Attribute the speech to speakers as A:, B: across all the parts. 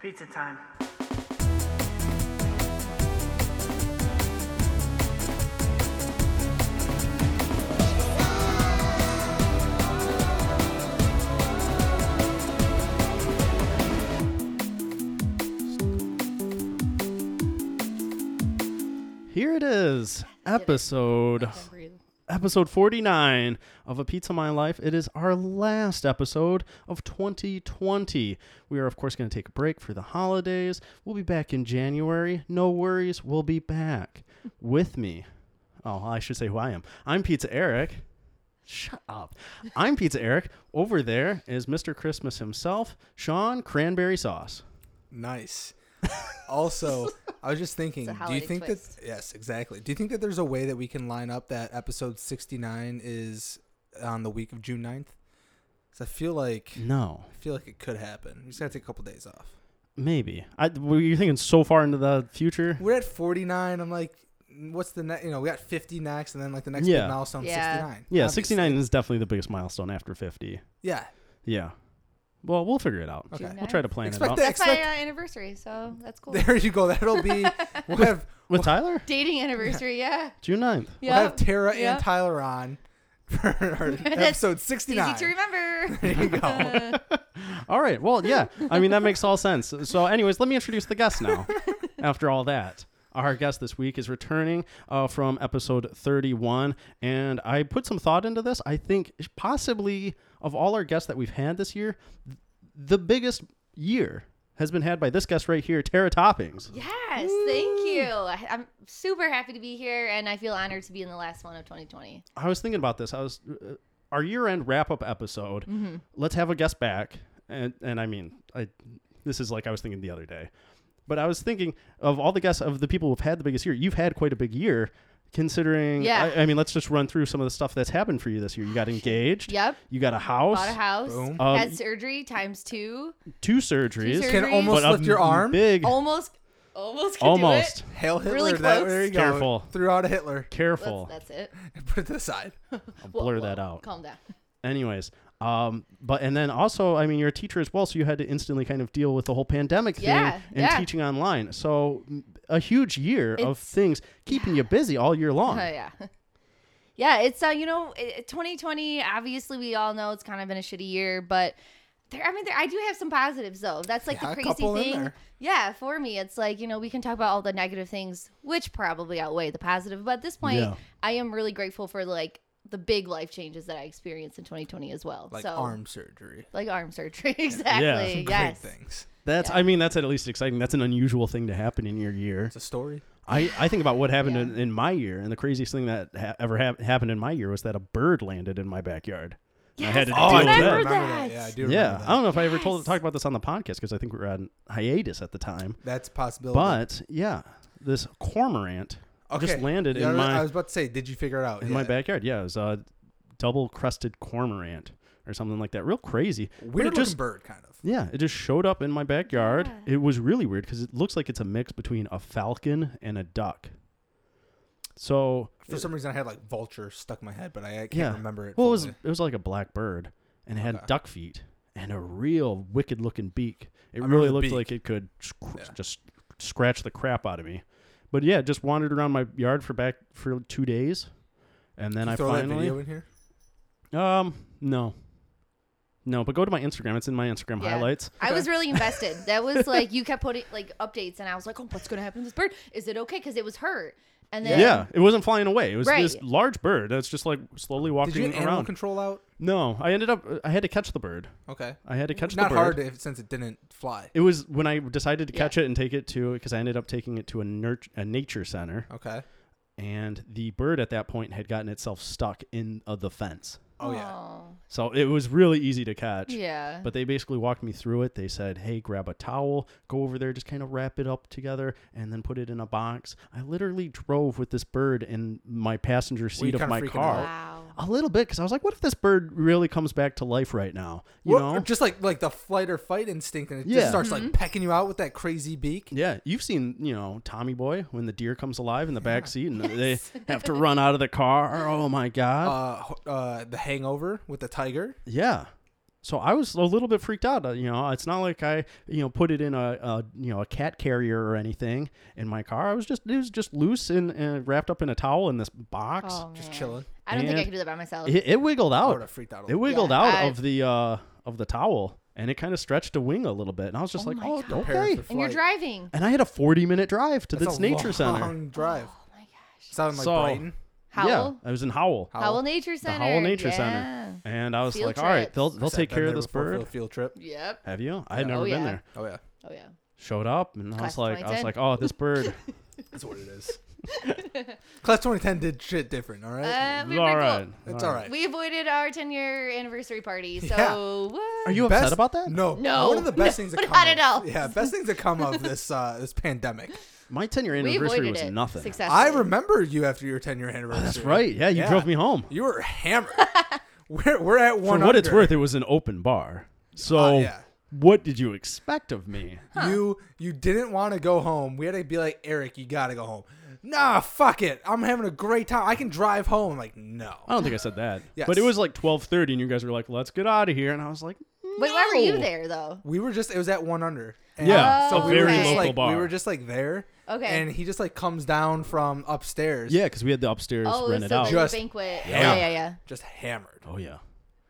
A: Pizza time.
B: Here it is,
C: did it.
B: episode
C: Can't breathe.
B: episode 49 of A Pizza My Life. It is our last episode of 2020. We are, of course, going to take a break for the holidays. We'll be back in January. No worries, we'll be back with me. Oh, I should say who I am. I'm Pizza Eric. Shut up. I'm Pizza Eric. Over there is Mr. Christmas himself, Sean Cranberry Sauce.
D: Nice. also, I was just thinking,
C: It's a
D: do you
C: holiday
D: think
C: twist.
D: that yes, exactly. Do you think that there's a way that we can line up that episode 69 is on the week of June 9th? Cuz I feel like
B: No,
D: I feel like it could happen. We just got to take a couple days off.
B: maybe. I, were you thinking so far into the future?
D: We're at 49. I'm like what's the next, you know, we got 50 next and then like the next
B: Yeah.
D: big milestone
C: Yeah.
D: 69.
B: Yeah,
D: Obviously.
B: 69 is definitely the biggest milestone after 50.
D: Yeah.
B: Yeah. Well, we'll figure it out.
D: Okay.
C: June
B: We'll try to
C: 9th.
B: plan
D: Expect
B: it out.
D: that-
C: That's my uh, anniversary, so that's cool.
D: There you go. That'll be we'll have
B: With Tyler?
C: Dating anniversary, yeah.
B: June 9th.
C: Yeah.
D: we'll have Tara
C: Yep.
D: and Tyler on for our episode 69.
C: Easy to remember.
D: There you go.
B: All right. Well, yeah. I mean, that makes all sense. So, anyways, let me introduce the guest now after all that. Our guest this week is returning uh, from episode 31. And I put some thought into this. I think possibly of all our guests that we've had this year, th- the biggest year has been had by this guest right here, Tara Toppings.
C: Yes, thank you. I, I'm super happy to be here, and I feel honored to be in the last one of 2020.
B: I was thinking about this. I was uh, our year-end wrap-up episode.
C: Mm-hmm.
B: Let's have a guest back, and and I mean, I this is like I was thinking the other day, but I was thinking of all the guests of the people who've had the biggest year. You've had quite a big year, considering.
C: Yeah.
B: I, I mean, let's just run through some of the stuff that's happened for you this year. You got engaged.
C: Yep.
B: You got a house.
C: Bought a house,
D: Boom.
B: Um,
C: had surgery times two,
B: Two surgeries.
C: surgeries. Oh,
D: Can almost
B: but a
D: lift your arm.
B: Big.
C: almost, almost, could
B: almost.
D: Hail Hitler.
C: Really
D: that,
C: close.
D: There you go.
B: Careful.
D: Threw out a Hitler.
C: Do it.
B: Careful.
C: That's, that's it.
D: Put it to the side.
B: I'll
C: Whoa,
B: blur
C: whoa,
B: that out.
C: Calm down.
B: anyways um but and then also i mean you're a teacher as well so you had to instantly kind of deal with the whole pandemic thing
C: Yeah,
B: and
C: yeah.
B: teaching online so m- a huge year of
C: It's-
B: things keeping you busy all year long
C: Oh yeah. Yeah, it's uh, you know, it, 2020. Obviously, we all know it's kind of been a shitty year, but there. I mean, there, I do have some positives though. That's like
D: Yeah,
C: the
D: a
C: crazy
D: couple in
C: thing.
D: there.
C: Yeah, for me, it's like you know we can talk about all the negative things, which probably outweigh the positive. But at this point,
B: Yeah.
C: I am really grateful for like the big life changes that I experienced in 2020 as well.
D: Like
C: so,
D: arm surgery.
C: like arm surgery, exactly. yes.
D: Great things.
B: that's i mean that's at least exciting that's an unusual thing to happen in your year
D: It's a story.
B: i i think about what happened
C: Yeah.
B: in, in my year and the craziest thing that ha- ever hap happened in my year was that a bird landed in my backyard Oh, i had to
C: Oh, I
B: deal with
C: remember
B: that
C: that.
D: Yeah, I do remember
B: yeah,
D: that.
B: I don't know if I ever told
C: Yes.
B: talked about this on the podcast because I think we were on hiatus at the time.
D: That's a possibility.
B: But yeah, this cormorant just landed
D: Yeah,
B: in
D: I
B: my
D: was about to say, did you figure it out?
B: in
D: Yeah.
B: my backyard. Yeah, it was a double crested cormorant or something like that. Real crazy. But
D: Weird
B: it
D: looking
B: just
D: bird, kind of.
B: yeah, it just showed up in my backyard. It was really weird because it looks like it's a mix between a falcon and a duck. So
D: For some reason, I had like vulture stuck in my head, but I, I can't
B: yeah,
D: remember it.
B: Well, it was
D: fully.
B: it was like a black bird and it had
D: Okay.
B: duck feet and a real wicked looking beak. It
D: remember
B: really
D: the
B: looked
D: beak.
B: like it could scr-
D: Yeah.
B: just scratch the crap out of me. But yeah, it just wandered around my yard for back for two days, and then
D: Did you
B: I
D: throw
B: finally
D: that video in here.
B: Um, no. No, but go to my Instagram. It's in my Instagram
C: Yeah.
B: highlights.
C: I was really invested. That was like you kept putting like updates, and I was like, "Oh, what's gonna happen to this bird? Is it okay?" Because it was hurt, and
B: Yeah.
C: then
B: it wasn't flying away. It was this
C: Right.
B: large bird that's just like slowly
D: Did you
B: walking
D: get animal
B: around.
D: control out?
B: no, I ended up. I had to catch the bird.
D: Okay.
B: I had to catch
D: Not
B: the bird.
D: hard if, since it didn't fly.
B: It was when I decided to
C: Yeah.
B: catch it and take it to because I ended up taking it to a, nurt- a nature center,
D: Okay.
B: and the bird at that point had gotten itself stuck in uh, the fence.
D: Oh yeah.
B: So it was really easy to catch.
C: Yeah.
B: But they basically walked me through it. They said, hey, grab a towel, go over there, just kind of wrap it up together, and then put it in a box. I literally drove with this bird in my passenger seat
D: you
B: of
D: kinda
B: my
D: freaking
B: car.
D: out?
C: wow.
B: A little bit, because I was like, what if this bird really comes back to life right now? You
D: Well,
B: know?
D: just like like the flight or fight instinct, and it
B: Yeah.
D: just starts
C: Mm-hmm.
D: like pecking you out with that crazy beak.
B: yeah, you've seen, you know, Tommy Boy when the deer comes alive in the back seat and they have to run
C: Uh,
B: out of the car. Oh my god!
D: Uh, ho- uh, the Hangover with the tiger.
B: yeah. So I was a little bit freaked out. uh, You know, it's not like I, you know, put it in a, a you know, a cat carrier or anything in my car. I was just, it was just loose and uh, wrapped up in a towel in this box.
C: Oh,
D: Just
C: man.
D: chilling.
C: I don't think I
B: And
C: could do that by myself.
B: It, it wiggled
D: I would
B: out.
D: have freaked out a
B: It
D: little.
B: wiggled
C: Yeah,
B: out
C: I-
B: of the uh of the towel, and it kind of stretched a wing a little bit. And I was just
C: Oh
B: like,
C: my
B: oh,
C: God.
B: okay.
D: Prepare for
C: and you're
D: flight.
C: driving.
B: And I had a 40 minute drive to this
D: That's a
B: nature center.
D: long drive.
C: Oh my gosh.
D: Sounded like
B: So-
D: Brighton.
B: Yeah,
C: Howell.
B: I was in Howell.
D: Howell.
C: Howell Nature
B: The
C: Center.
B: Howell Nature
C: yeah.
B: Center. And I was
C: Field
B: like, all right,
C: trips.
B: they'll they'll
D: I've
B: take
D: been
B: care of
D: there
B: this
D: before for
B: bird.
D: a field trip.
C: Yep.
B: Have you? I had
D: Yeah.
B: never
C: Oh,
B: been
C: yeah.
B: there.
D: Oh yeah,
C: Oh yeah.
B: Showed up and I
C: Class
B: was
C: of
B: like, I was
C: 2010.
B: like, oh, this bird.
D: that's what it is. Class 2010 did shit different. All right,
C: Uh,
B: It's
C: we
B: all
C: were cool.
B: right.
D: it's all right.
C: We avoided our 10 year anniversary party. So
D: Yeah.
C: what?
B: Are you
D: Best-
B: upset about that?
D: No,
C: No.
D: One of the best things that
C: Not
D: come
C: at
D: of-
C: all.
D: Yeah, best things that come of this uh, this pandemic.
B: My 10 year
C: we
B: anniversary
C: avoided
B: was
C: it
B: nothing.
C: successfully.
D: I remember you after your 10 year anniversary.
B: Oh, That's right. Yeah, you
D: Yeah.
B: drove me home.
D: You were hammered. we're we're at
B: For
D: one.
B: what it's
D: under.
B: worth, it was an open bar. So,
D: Oh, yeah.
B: what did you expect of me?
D: You you didn't want to go home. We had to be like Eric, you gotta go home. Nah, fuck it. I'm having a great time. I can drive home. I'm like no.
B: I don't think I said that.
D: Yes.
B: But it was like 12:30 and you guys were like, "Let's get out of here." And I was like, "Mm,
C: Wait, why were you
B: "No."
C: there though?
D: We were just it was at one under. And
B: Yeah,
C: Oh,
D: so we were
C: very
D: just
C: local
D: like
B: bar.
D: we were just like there.
C: Okay.
D: And he just like comes down from upstairs.
B: Yeah, cuz we had the upstairs
C: Oh, it was
B: rented
C: so
B: out.
C: the
D: Just-
C: banquet.
D: Yeah.
C: Yeah, yeah, yeah.
D: Just hammered.
B: oh yeah.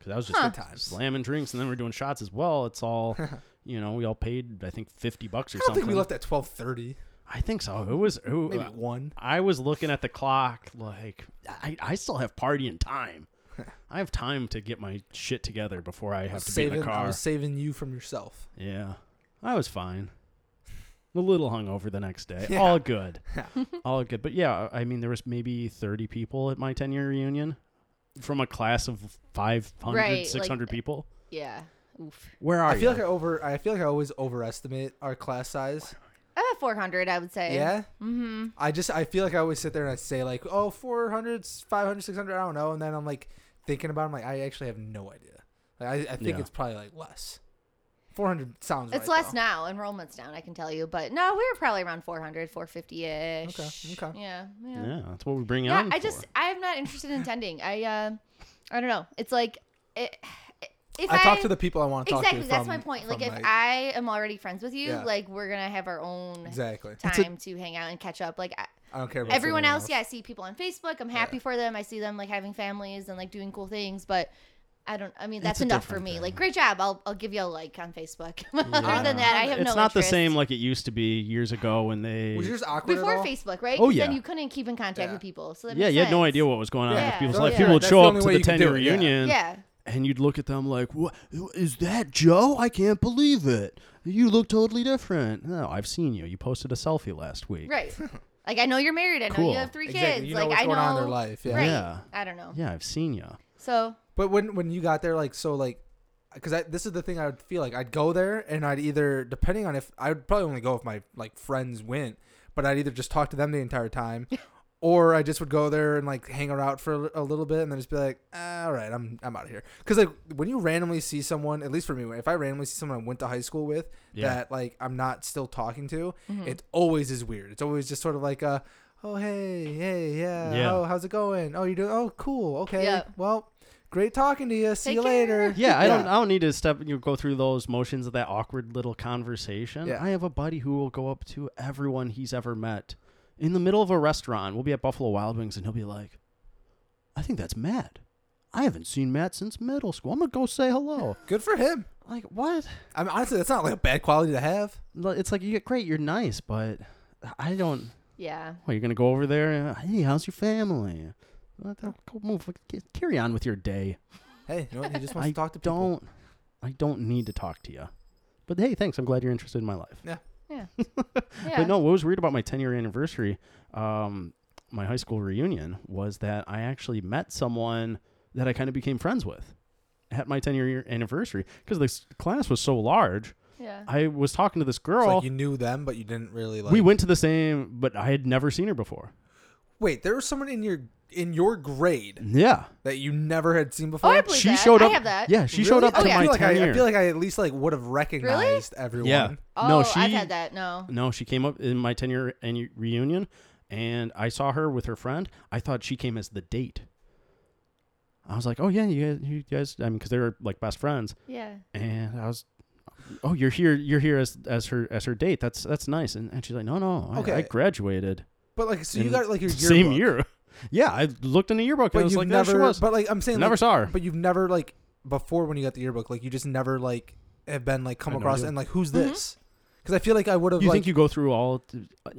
B: Cuz that was just
C: Huh.
B: good times. Slamming drinks and then we're doing shots as well. It's all You know, we all paid I think 50 bucks or
D: I don't
B: something.
D: think we left at twelve thirty.
B: I think so. It was it,
D: Maybe
B: was-
D: one.
B: I was looking at the clock like I, I still have partying time. I have time to get my shit together before I have to be in
D: Saving
B: the car.
D: I was saving you from yourself.
B: Yeah. I was fine. A little hungover the next day.
D: Yeah.
B: All good.
D: Yeah.
B: All good. But yeah, I mean, there was maybe 30 people at my 10 year reunion from a class of 500,
C: Right, like-
B: 600 people.
C: Yeah. Oof.
B: Where are
D: I feel
B: you?
D: like I over. I feel like I always overestimate our class size.
C: Uh, 400, I would say.
D: Yeah. Mm-hmm. I just I feel like I always sit there and I say like, oh, 400, 500, 600, I don't know, and then I'm like thinking about. It, I'm like, I actually have no idea. Like, I, I think
B: Yeah.
D: it's probably like less. Four hundred sounds.
C: It's
D: right,
C: less now. Enrollment's down, I can tell you. But no, we were probably around 400, 450 ish.
D: Okay, okay.
C: Yeah. Yeah.
B: yeah, that's what we bring
C: Yeah,
B: on.
C: I
B: for.
C: just, I am not interested in tending. I, uh, I don't know. It's like, it, if
D: though. I talk to the people I want to
C: Exactly.
D: talk to.
C: that's
D: from-
C: my point.
D: from
C: Like, if
D: my-
C: I am already friends with you,
D: Yeah.
C: like, we're going to have our own
D: exactly,
B: It's a-
C: time to hang out and catch up. Like, I,
D: I don't care about
C: everyone
D: someone
C: else, yeah, I see people on Facebook. I'm happy for them. I see them like having families and like doing cool things, but I don't. I mean, that's
B: a
C: enough for
B: different
C: me.
B: thing.
C: Like, great job. I'll I'll give you a like on Facebook. Other than that, I have
B: it's
C: no.
B: not the
C: interest.
B: same like it used to be years ago when they.
D: Was yours awkward
C: before
D: at all?
C: Facebook, right?
B: Oh,
C: 'Cause
B: yeah.
C: Then you couldn't keep in contact
D: Yeah.
C: with people, so that
B: yeah,
C: makes
B: you had no
C: sense.
B: idea what was going on
C: Yeah.
B: with people's
C: Yeah.
B: life.
C: Yeah.
B: People would
D: That's
B: show
D: the
B: up
D: only
B: to
D: way
B: the
D: you could
B: 10
D: do
B: year
D: it, yeah.
B: reunion.
C: Yeah.
B: and you'd look at them like, "What is that, Joe? I can't believe it. You look totally different." No, I've seen you. You posted a selfie last week.
C: Right. Like I know you're married. I know
B: Cool.
C: you have three kids.
D: Exactly. You know
C: like
D: what's
C: I know
D: going on in their life, yeah.
C: Right.
B: Yeah.
C: I don't know.
B: Yeah, I've seen you.
C: So
D: But when when you got there, like so, like because this is the thing I would feel like I'd go there and I'd either depending on if I would probably only go if my like friends went, but I'd either just talk to them the entire time, or I just would go there and like hang around for a little bit and then just be like, ah, all right, I'm I'm out of here. Because like when you randomly see someone, at least for me, if I randomly see someone I went to high school with
B: Yeah.
D: that like I'm not still talking to, it always is weird. It's always just sort of like a. Oh hey hey yeah,
B: Yeah.
D: Oh, how's it going oh you doing oh cool okay
C: Yeah.
D: well great talking to you see
C: Take
D: you later
C: care.
B: Yeah, I don't. I don't need to step. You know, go through those motions of that awkward little conversation.
D: Yeah.
B: I have a buddy who will go up to everyone he's ever met in the middle of a restaurant. We'll be at Buffalo Wild Wings, and he'll be like, "I think that's Matt. I haven't seen Matt since middle school. I'm gonna go say hello."
D: good for him
B: like what?
D: i mean honestly that's not like a bad quality to have
B: Li- It's like you get great. You're nice, but I don't.
C: yeah.
B: Well, you're gonna go over there. And, hey, how's your family? Well, then Go move. c- Carry on with your day.
D: hey you know what he just wants
B: I
D: to talk to people
B: don't. I don't need to talk to you. But hey, thanks. I'm glad you're interested in my life.
D: yeah
C: Yeah.
B: But no, what was weird about my 10 year anniversary, um, my high school reunion, was that I actually met someone that I kind of became friends with at my 10 year anniversary because this class was so large.
C: Yeah.
B: I was talking to this
D: it's
B: girl.
D: like you knew them but you didn't really like
B: we went to the same, but I had never seen her before.
D: wait there was someone in your in your grade
B: Yeah.
D: that you never had seen
C: Oh,
D: before
C: I believe
B: She
C: that.
B: showed up.
C: I have that.
B: Yeah, she
D: Really?
B: showed up
D: I
B: to
C: yeah.
B: my
D: feel like
B: 10
D: I,
B: year.
D: I feel like I at least like would have recognized everyone
B: Yeah.
C: Oh,
B: no, she
C: I've had that. No.
B: No, she came up in my 10 year annu- reunion and I saw her with her friend. I thought she came as the date. I was like, oh yeah, you guys, you guys, I mean, because they were like best friends,
C: Yeah.
B: and I was, oh, you're here, you're here as as her as her date. That's that's nice. And, and she's like, no, no, I, I
D: Okay.
B: graduated
D: But like, so you
B: in
D: got like your yearbook,
B: same year. Yeah, I looked in the yearbook
D: but
B: and I was
D: you've
B: like,
D: never.
B: never, she was.
D: But like, I'm saying,
B: never
D: like,
B: saw her.
D: but you've never like before when you got the yearbook, like you just never like have been like come
B: I had no
D: across
B: idea.
D: and like who's
C: Mhm.
D: this? Because I feel like I would have.
B: you
D: like,
B: think you go through all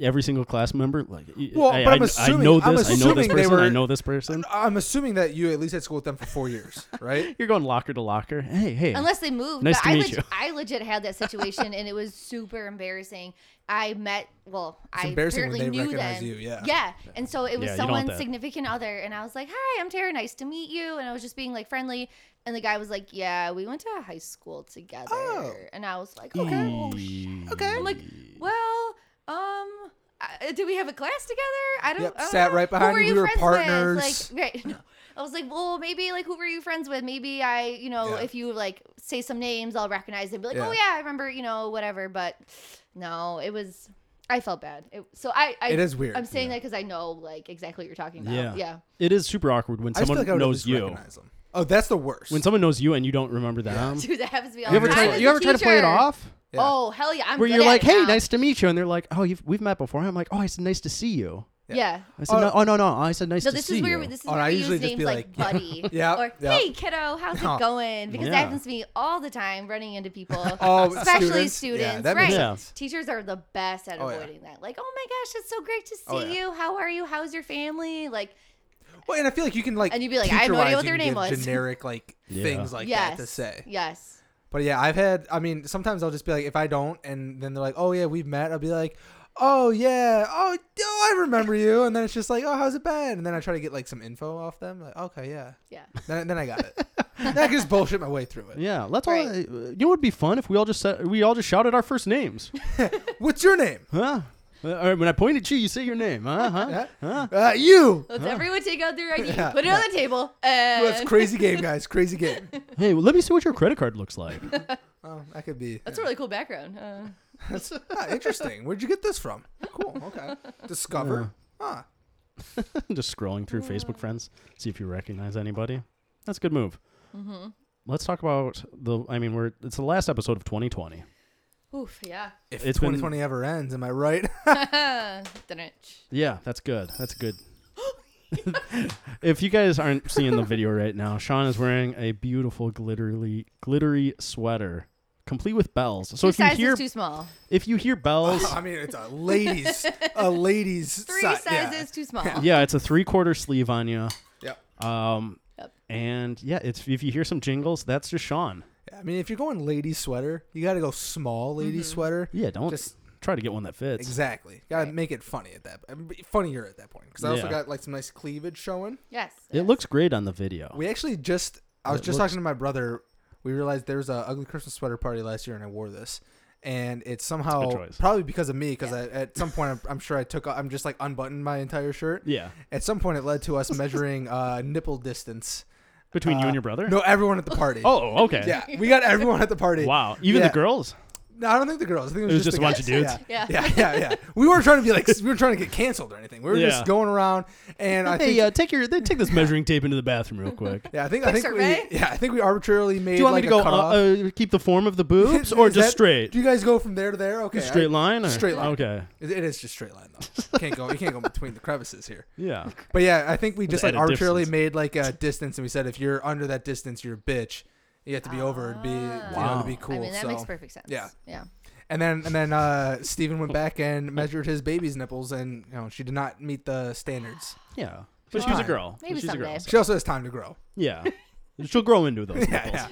B: every single class member? Like, y-
D: Well,
B: I,
D: but
B: I-
D: I'm
B: I
D: assuming-
B: know
D: I'm
B: this, I know this
D: assuming they
B: person, I
D: were-
B: know this person.
D: I'm assuming that you at least had school with them for four years, right?
B: You're going locker to locker. Hey, hey.
C: Unless they moved.
B: Nice
C: but
B: to
C: I,
B: meet
C: leg-
B: you.
C: I legit had that situation and it was super embarrassing. I met, well, I
D: embarrassing when
C: apparently
D: they
C: knew
D: recognize
C: then.
D: you, yeah.
C: Yeah. And so it was
B: Yeah, you don't want
C: someone's
B: that.
C: significant other. And I was like, hi, I'm Tara. Nice to meet you. And I was just being like friendly. And the guy was like, yeah, we went to high school together.
D: Oh.
C: And I was like, okay.
D: Okay.
C: I'm like, well, um, I- did we have a class together? I don't.
D: Yep,
C: I don't
D: sat
C: know.
D: right behind
C: who
D: you.
C: you.
D: We were
C: friends
D: partners.
C: With? Like, right. I was like, well, maybe like who were you friends with? Maybe I, you know,
D: Yeah.
C: if you like say some names, I'll recognize them. Be like, oh
D: Yeah.
C: yeah, I remember, you know, whatever. But no, it was. I felt bad. It, so I, I.
D: It is weird,
C: I'm saying
D: yeah.
C: that because I know like exactly what you're talking about.
B: Yeah.
C: Yeah.
B: It is super awkward when
D: I just
B: someone
D: feel like I would at
B: knows
D: least
B: you.
D: recognize them. Oh, that's the worst.
B: When someone knows you and you don't remember them.
C: Dude, that happens to me all
B: You ever
C: the
B: try
C: time.
B: to,
C: as
B: you
C: a
B: ever try to play it
C: teacher.
B: off?
D: Yeah.
C: Oh hell yeah! I'm
B: Where
C: good
B: you're
C: at
B: like,
C: it
B: "Hey,
C: now."
B: nice to meet you," and they're like, "Oh, you've, we've met before." I'm like, "Oh, I said nice to see you."
C: Yeah.
B: I said,
D: Oh.
B: "No, oh no, no, I said nice
C: No,
B: to
C: this
B: see
C: is where
B: you."
C: we, this is
D: Oh,
C: where
D: I
C: we
D: usually
C: use
D: just
C: names
D: be
C: like,
D: like,
C: buddy.
D: yeah,
C: Or
D: yeah.
C: hey kiddo, how's
D: Huh.
C: it going? Because
B: Yeah.
C: that happens to me all the time running into people.
D: Oh,
C: especially students.
D: students? Yeah, that
C: right.
D: makes
B: Yeah.
D: sense.
C: Teachers are the best at
D: Oh, yeah.
C: avoiding that. Like, oh my gosh, it's so great to see
D: Oh, yeah.
C: you. How are you? How's your family? Like
D: Well, and I feel like you can like
C: And you'd be like, I have no idea
D: teacher-wise,
C: what
D: you
C: their name
D: can give
C: was.
D: Generic like
B: Yeah.
D: things like
C: yes.
D: that to say.
C: Yes.
D: But yeah, I've had. I mean, sometimes I'll just be like, if I don't, and then they're like, oh yeah, we've met. I'll be like, oh yeah, oh, oh I remember you. And then it's just like, oh, how's it been? And then I try to get like some info off them. Like, okay, yeah.
C: Yeah.
D: Then, then I got it. then I can just bullshit my way through it.
B: yeah, let's all. uh,
C: Right.
B: You know, what would be fun if we all just said, we all just shouted our first names,
D: What's your name?
B: huh? Uh, all right, when I point at you, you say your name, Uh-huh. huh? huh?
D: Huh? Uh, you.
C: Let's everyone take out their ID,
D: Yeah.
C: put it on the table, and
D: That's crazy game, guys. Crazy game.
B: Hey, well, let me see what your credit card looks like.
D: Oh, that could be.
C: That's a really cool background. Uh,
D: That's ah, interesting. Where'd you get this from? Cool. Okay. Discover. Huh.
B: just scrolling through Facebook friends, see if you recognize anybody. That's a good move.
C: Mm-hmm.
B: Let's talk about the. I mean, we're it's the last episode of 2020.
C: oof, yeah. Uh,
D: If
B: It's been-
D: 2020 ever ends, am I right?
C: Didn't.
B: Yeah, that's good. That's good. if you guys aren't seeing the video right now, Sean is wearing a beautiful glittery glittery sweater, complete with bells. So
C: Two
B: if you
C: sizes
B: hear
C: too small.
B: if you hear bells,
D: I mean, it's a ladies, a ladies.
C: Three
D: si- yeah.
C: sizes too small.
B: yeah, it's a three quarter sleeve on you.
D: Yep.
B: Um,
C: Yep.
B: and yeah, it's if you hear some jingles, that's just Sean.
D: Yeah, I mean, if you're going lady sweater, you got to go small lady
C: Mm-hmm.
D: sweater.
B: Yeah, don't
D: Just-
B: try to get one that fits.
D: Exactly. Got to make it funny at that. I mean, be Funnier at that point because I also
B: Yeah.
D: got like some nice cleavage showing.
C: Yes.
B: It looks great on the video.
D: We actually just. I was
B: It
D: just
B: looks-
D: talking to my brother. We realized there was a ugly Christmas sweater party last year, and I wore this. And it's somehow
B: choice.
D: probably because of me, because at some point I'm, I'm sure I took I'm just like unbuttoned my entire shirt.
B: yeah,
D: At some point it led to us measuring uh, nipple distance.
B: between you
D: Uh,
B: and your brother.
D: No, everyone at the party.
B: Oh, okay.
D: yeah, we got everyone at the party.
B: Wow. Even
D: Yeah.
B: the girls.
D: No, I don't think the girls. I think it
B: It
D: was,
B: was just
D: the
B: a bunch of
D: guys.
B: dudes?
D: Yeah.
C: Yeah.
D: yeah, yeah, yeah. We weren't trying to be like we were trying to get canceled or anything. We were
B: Yeah.
D: just going around, and I think
B: Hey, uh, take your they take this measuring tape into the bathroom real quick.
D: yeah, I think I
C: Quick
D: think
C: survey?
D: we yeah, I think we arbitrarily made
B: Do you want
D: like
B: me to go
D: a cutoff.
B: uh, uh, keep the form of the boobs
D: Is
B: or just
D: that-
B: straight?
D: Do you guys go from there to there? Okay, I-
B: straight line. Or?
D: straight line.
B: Okay.
D: it it is just straight line though. can't go. You can't go between the crevices here.
B: Yeah.
D: But yeah, I think we just like
B: added
D: arbitrarily
B: distance.
D: made like a distance, and we said if you're under that distance, you're a bitch. You have to be over and be you know
B: Wow.
D: to be cool.
C: I mean, that
D: so.
C: makes perfect sense.
D: yeah.
C: Yeah.
D: And then and then uh, Steven went back and measured his baby's nipples, and you know she did not meet the standards.
B: Yeah. But
D: Come
B: she's a
D: on.
B: girl.
C: Maybe
B: she's a
C: someday.
B: girl.
D: She also has time to grow.
B: Yeah. She'll grow into those
D: Yeah,
B: nipples.
D: yeah,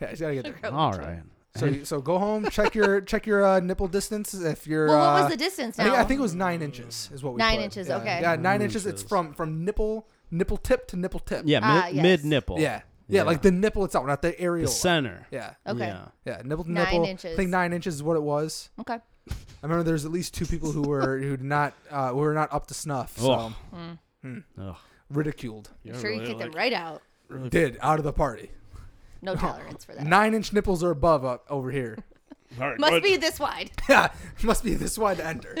D: yeah. She's gotta get there.
B: All right.
D: So so go home, check your check your uh, nipple distance. If you're
C: Well, what
D: uh,
C: was the distance
D: I
C: now?
D: think, I think it was nine inches is what we
C: Nine
D: put.
C: inches,
D: Yeah.
C: okay.
D: Yeah, nine,
B: Nine
D: inches. It's
B: inches.
D: from from nipple nipple tip to nipple tip.
B: Yeah. Mid,
C: Ah, yes.
B: mid nipple.
D: Yeah. Yeah,
B: Yeah.
D: like the nipple itself, not the areola.
B: The center.
D: Yeah.
C: Okay.
B: Yeah.
D: Yeah, nipple to
C: Nine
D: nipple. I
C: inches.
D: think nine inches is what it was.
C: Okay.
D: I remember there was at least two people who were who did not uh, who were not up to snuff. So
B: Ugh. Ugh.
D: ridiculed.
C: I'm sure you kicked
B: like,
C: them right out.
D: Did out of the party.
C: No tolerance for that.
D: Nine inch nipples or above up over here.
B: All right,
C: Must
B: what-
C: be this wide.
D: yeah, must be this wide to enter.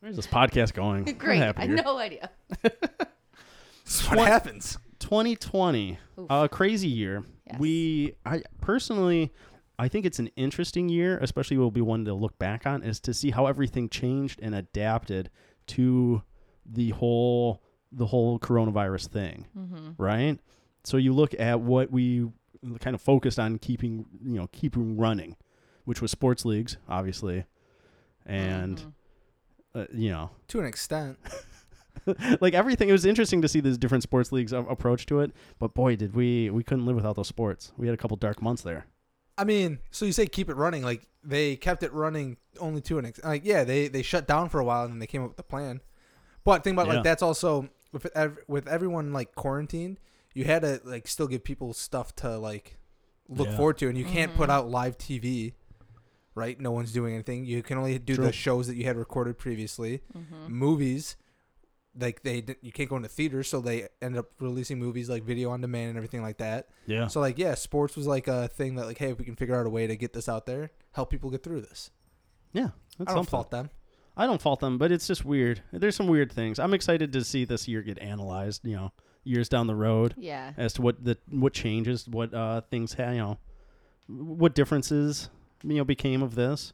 B: Where's this podcast going? What
C: Great. I
B: happened here?
C: had no idea.
D: That's what happens.
B: 2020,
C: Oof.
B: a crazy year.
C: Yes.
B: We, I personally, I think it's an interesting year, especially will be one to look back on, is to see how everything changed and adapted to the whole the whole coronavirus thing,
D: Mm-hmm.
C: Mm-hmm.
B: right? So you look at what we kind of focused on keeping, you know, keeping running, which was sports leagues, obviously, and
C: Mm-hmm.
B: uh, you know,
D: to an extent.
B: like everything it was interesting to see this different sports leagues a- approach to it but boy did we we couldn't live without those sports we had a couple dark months there
D: I mean, so you say keep it running? Like they kept it running only to an extent. Like yeah, they they shut down for a while and then they came up with a plan. But think about
B: Yeah.
D: like that's also with ev- with everyone like quarantined, you had to like still give people stuff to like look
B: Yeah.
D: forward to, and you can't put out live TV. Right, no one's doing anything. You can only do
B: True.
D: the shows that you had recorded previously. Movies, like they, di- you can't go into theaters, so they ended up releasing movies like video on demand and everything like that.
B: yeah
D: So like yeah, sports was like a thing that like hey, if we can figure out a way to get this out there, help people get through this.
B: yeah that's
D: I don't
B: something.
D: fault them.
B: i don't fault them but it's just weird there's some weird things i'm excited to see this year get analyzed you know years down the road
C: Yeah.
B: as to what the what changes what uh things ha you know what differences you know became of this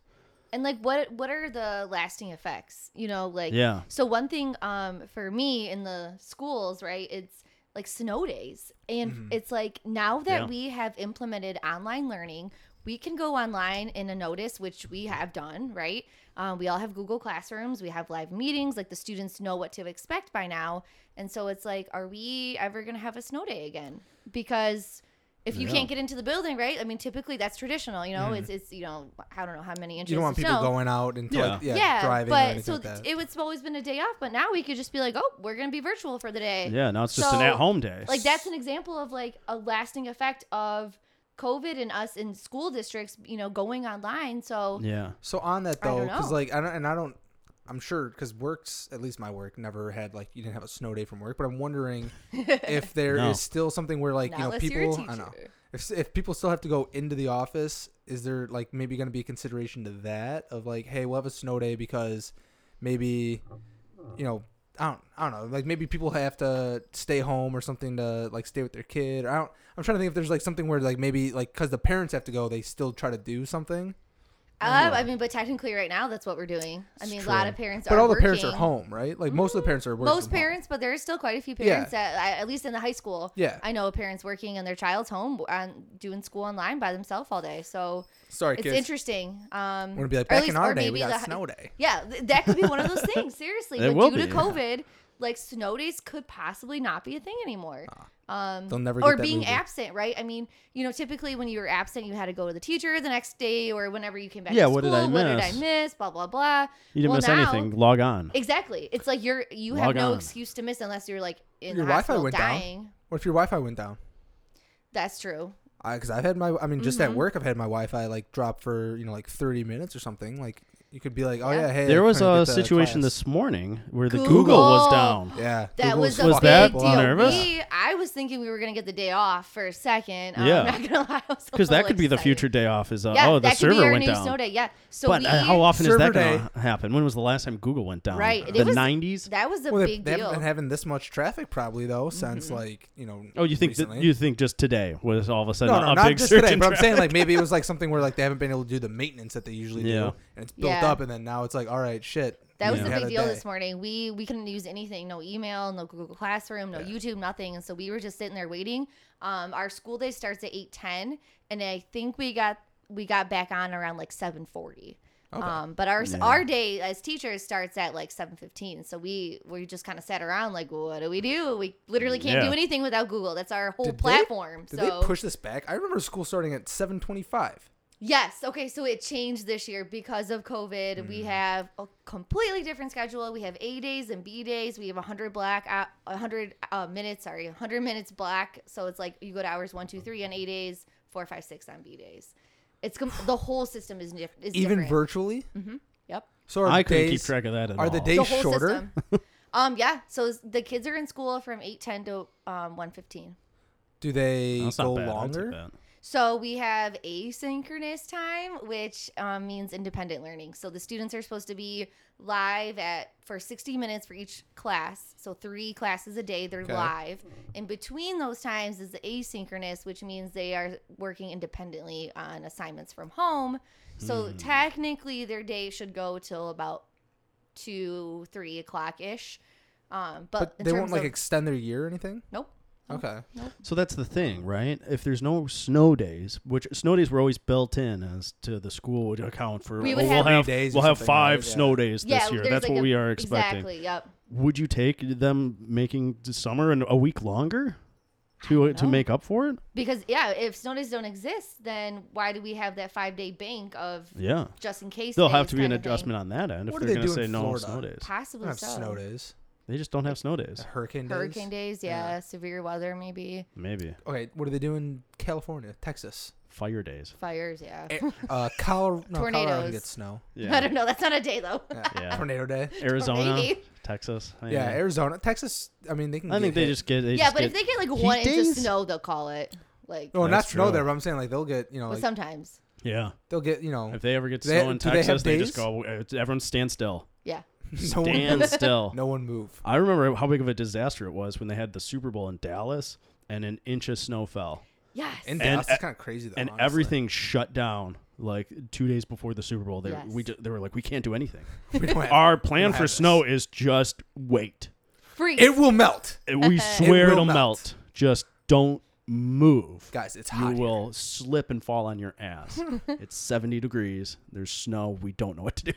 C: and like what what are the lasting effects you know like
B: Yeah.
C: so one thing um for me in the schools right it's like snow days and it's like now that
B: Yeah.
C: we have implemented online learning we can go online in a notice which we have done right um, we all have google classrooms we have live meetings like the students know what to expect by now and so it's like are we ever going to have a snow day again because if you
B: Yeah.
C: can't get into the building right i mean typically that's traditional you know it's it's you know i don't know how many inches
D: You don't want
C: of
D: people
C: snow
D: going out and yeah. Like,
B: Yeah.
D: yeah,
C: yeah,
D: driving. or
C: but
D: anything
C: so
D: like that.
C: it was always been a day off, but now we could just be like, oh, we're gonna be virtual for the day.
B: yeah now it's just an
C: Eh, So,
B: at-home day
C: Like that's an example of like a lasting effect of COVID and us in school districts, you know, going online. So
B: yeah
D: So on that
C: I don't
D: though, because
C: know.
D: like I don't, and I don't, I'm sure because works at least my work never had like you didn't have a snow day from work, but I'm wondering if there is
B: No.
D: still something where like
C: Not
D: you know
C: unless you're a
D: people I know
C: teacher.
D: if if people still have to go into the office, is there like maybe going to be a consideration to that of like hey we'll have a snow day because maybe you know. I don't, I don't know. Like maybe people have to stay home or something to like stay with their kid. I don't. I'm trying to think if there's like something where like maybe like because the parents have to go, they still try to do something.
C: Uh, I mean, but technically, right now, that's what we're doing. I mean, a lot of parents
D: But
C: are
D: all the parents are
C: working.
D: home, right? Like most of the parents are working.
C: Most
D: from home.
C: parents, but there is still quite a few
D: Yeah.
C: parents that that, at least in the high school,
D: Yeah.
C: I know parents working and their child's home and doing school online by themselves all day. So
D: Sorry,
C: it's
D: kids.
C: interesting. Um,
D: We're gonna be
C: or
D: like
C: at
D: back in
C: least-
D: our
C: or
D: day, we
C: maybe
D: got
C: the-
D: snow day.
C: Yeah, th- that could be one of those things. Seriously,
B: It
C: like,
B: will
C: due to
B: be.
C: COVID, like snow days could possibly not be a thing anymore. Um,
D: They'll never
C: or
D: get that
C: being
D: movie.
C: absent, right? I mean, you know, typically when you were absent, you had to go to the teacher the next day or whenever you came back.
B: Yeah,
C: to
B: what did I
C: school, What did I
B: miss?
C: miss? Blah blah blah.
B: you didn't
C: Well,
B: miss
C: now-
B: anything log on
C: Exactly. It's like you're you
B: Log
C: have no
B: on.
C: excuse to miss unless you're like in
D: Your
C: the
D: Wi-Fi
C: hospital
D: went down.
C: dying.
D: What if your Wi-Fi went down?
C: That's true.
D: Because I've had my, I mean, just at
C: Mm-hmm.
D: work, I've had my Wi-Fi like drop for you know like 30 minutes or something. Like you could be like, oh yeah,
C: Yeah.
D: hey.
B: there
D: I'm
B: was
D: trying to
B: a
D: get to
B: situation
D: class.
B: this morning where the
C: Google.
B: google was down
D: Yeah,
C: That
D: Google's
C: was a
B: Was
C: big
D: fucking
B: that
D: people
C: deal.
D: up.
B: nervous?
C: Me, I was thinking we were gonna get the day off for a second. Um,
B: Yeah.
C: I'm not gonna lie.
B: because that could be the future day off is uh,
C: Yeah,
B: oh the
C: that could be
B: server
C: our
B: went
C: new
B: down
C: snow day. Yeah. So
B: but
C: we,
B: uh, how often is that
D: Server
B: going to happen when was the last time google went down
C: Right. and
B: the
C: it was,
B: 90s
C: That was a
D: Well, they,
C: big
D: they haven't
C: deal. Mm-hmm.
D: been having this much traffic probably though since like you know.
B: oh you think
D: recently.
B: that you think just today was all of a sudden
D: no,
B: a-
D: no,
B: a
D: not
B: big
D: just
B: surge
D: today,
B: in
D: but I'm saying
B: traffic?
D: like maybe it was like something where like they haven't been able to do the maintenance that they usually
B: Yeah.
D: do, and it's built
C: Yeah.
D: up, and then now it's like, all right, shit.
C: that was
B: Yeah.
C: a
D: we had
C: big deal
D: day.
C: this morning. We we couldn't use anything, no email, no Google Classroom, no YouTube, nothing. And so we were just sitting there waiting. Um, our school day starts at eight ten, and I think we got we got back on around like seven forty. Um, but our our day as teachers starts at like seven fifteen. So we we just kind of sat around like, what do we do? We literally can't
B: Yeah.
C: do anything without Google. That's our whole
D: Did they-
C: platform.
D: Did
C: so
D: they push this back? I remember school starting at 7:25.
C: Yes. Okay. So it changed this year because of COVID.
D: Mm.
C: We have a completely different schedule. We have A days and B days. We have 100 black, uh, 100 uh, minutes. Sorry, 100 minutes black. So it's like you go to hours one, two, three on A days, four, five, six on B days. It's com- the whole system is, diff- is
D: even
C: different.
D: virtually.
C: yep.
D: So are
B: i
D: the
B: couldn't
D: days,
B: keep track of that at
D: Are
B: all
D: the days
C: The whole
D: shorter?
C: system. um. Yeah. So is- the kids are in school from 8:10 to um 1:15.
D: Do they
B: that's not
D: go
B: bad I'll take
D: longer?
B: that.
C: So we have asynchronous time, which um, means independent learning. So the students are supposed to be live at for 60 minutes for each class. So three classes a day, they're
D: Okay.
C: live. And between those times is the asynchronous, which means they are working independently on assignments from home. So
B: Hmm.
C: technically, their day should go till about two, three o'clock ish. Um, but,
D: But
C: in
D: they
C: terms
D: won't like
C: of, Oh,
D: extend their year or anything.
C: nope.
D: Okay.
B: So that's the thing, right? If there's no snow days, which snow days were always built in as to the school would account for,
C: We
B: oh,
C: would
B: we'll
C: have-
B: have
D: Three days or
B: we'll have
D: something,
B: five
D: right? Yeah.
B: snow days this year.
C: there's
B: That's
C: like
B: what
C: a-
B: we are expecting.
C: Exactly. Yep.
B: Would you take them making the summer and a week longer to to
C: know.
B: make up for it?
C: Because yeah, if snow days don't exist, then why do we have that five day bank of
B: Yeah,
C: just in case?
B: there'll
C: days
B: have to be an
C: kind of thing?
B: adjustment on that end if
D: What do
B: they're
D: they
B: going to
D: do
B: say
D: in
B: no
D: Florida?
B: snow days.
D: We
C: Possibly
D: don't have
C: so.
D: snow days.
B: They just don't have snow days.
D: Hurricane days.
C: Hurricane days, yeah, severe weather, maybe
B: Maybe
D: Okay, what do they do in California, Texas?
B: fire days.
C: fires, yeah.
D: Uh, Colorado. No, Colorado
C: Tornadoes.
D: can get snow.
C: I don't know. That's not a day though.
D: Yeah.
B: Yeah.
D: Tornado day.
B: Arizona,
C: Maybe.
B: Texas. I
D: Yeah,
B: mean,
D: Arizona, Texas. I mean, they can.
B: I
D: get
B: think they
D: hit.
B: just get. They
C: yeah,
B: just
C: but
B: get,
C: if they get like one
B: heat
C: inch of
B: days?
C: snow, they'll call it like.
D: No, not
B: That's
D: snow
B: true.
D: there, but I'm saying like they'll get you know
C: but
D: Oh, like,
C: sometimes,
B: yeah,
D: they'll get you know
B: if they ever get
D: Do they-
B: snow in
D: do they have
B: Texas, they, just
D: days?
B: go. uh, Everyone stand still.
C: yeah.
D: no one
B: Stand still.
D: no one move.
B: I remember how big of a disaster it was when they had the Super Bowl in Dallas and an inch of snow fell
C: Yes.
D: In
B: And- e-,
D: Dallas, it's kind of crazy though.
B: and
D: honestly.
B: everything shut down. Like two days before the Super Bowl, they
C: Yes.
B: we ju- they were like, we can't do anything.
D: We don't have-
B: Our plan
D: don't
B: for
D: have
B: snow is just wait.
C: Freeze.
D: it will melt,
B: And We swear
D: will
B: it'll melt.
D: melt.
B: Just don't move.
D: guys. It's
B: you
D: hot. here.
B: will slip and fall on your ass. it's 70 degrees. There's snow. We don't know what to do.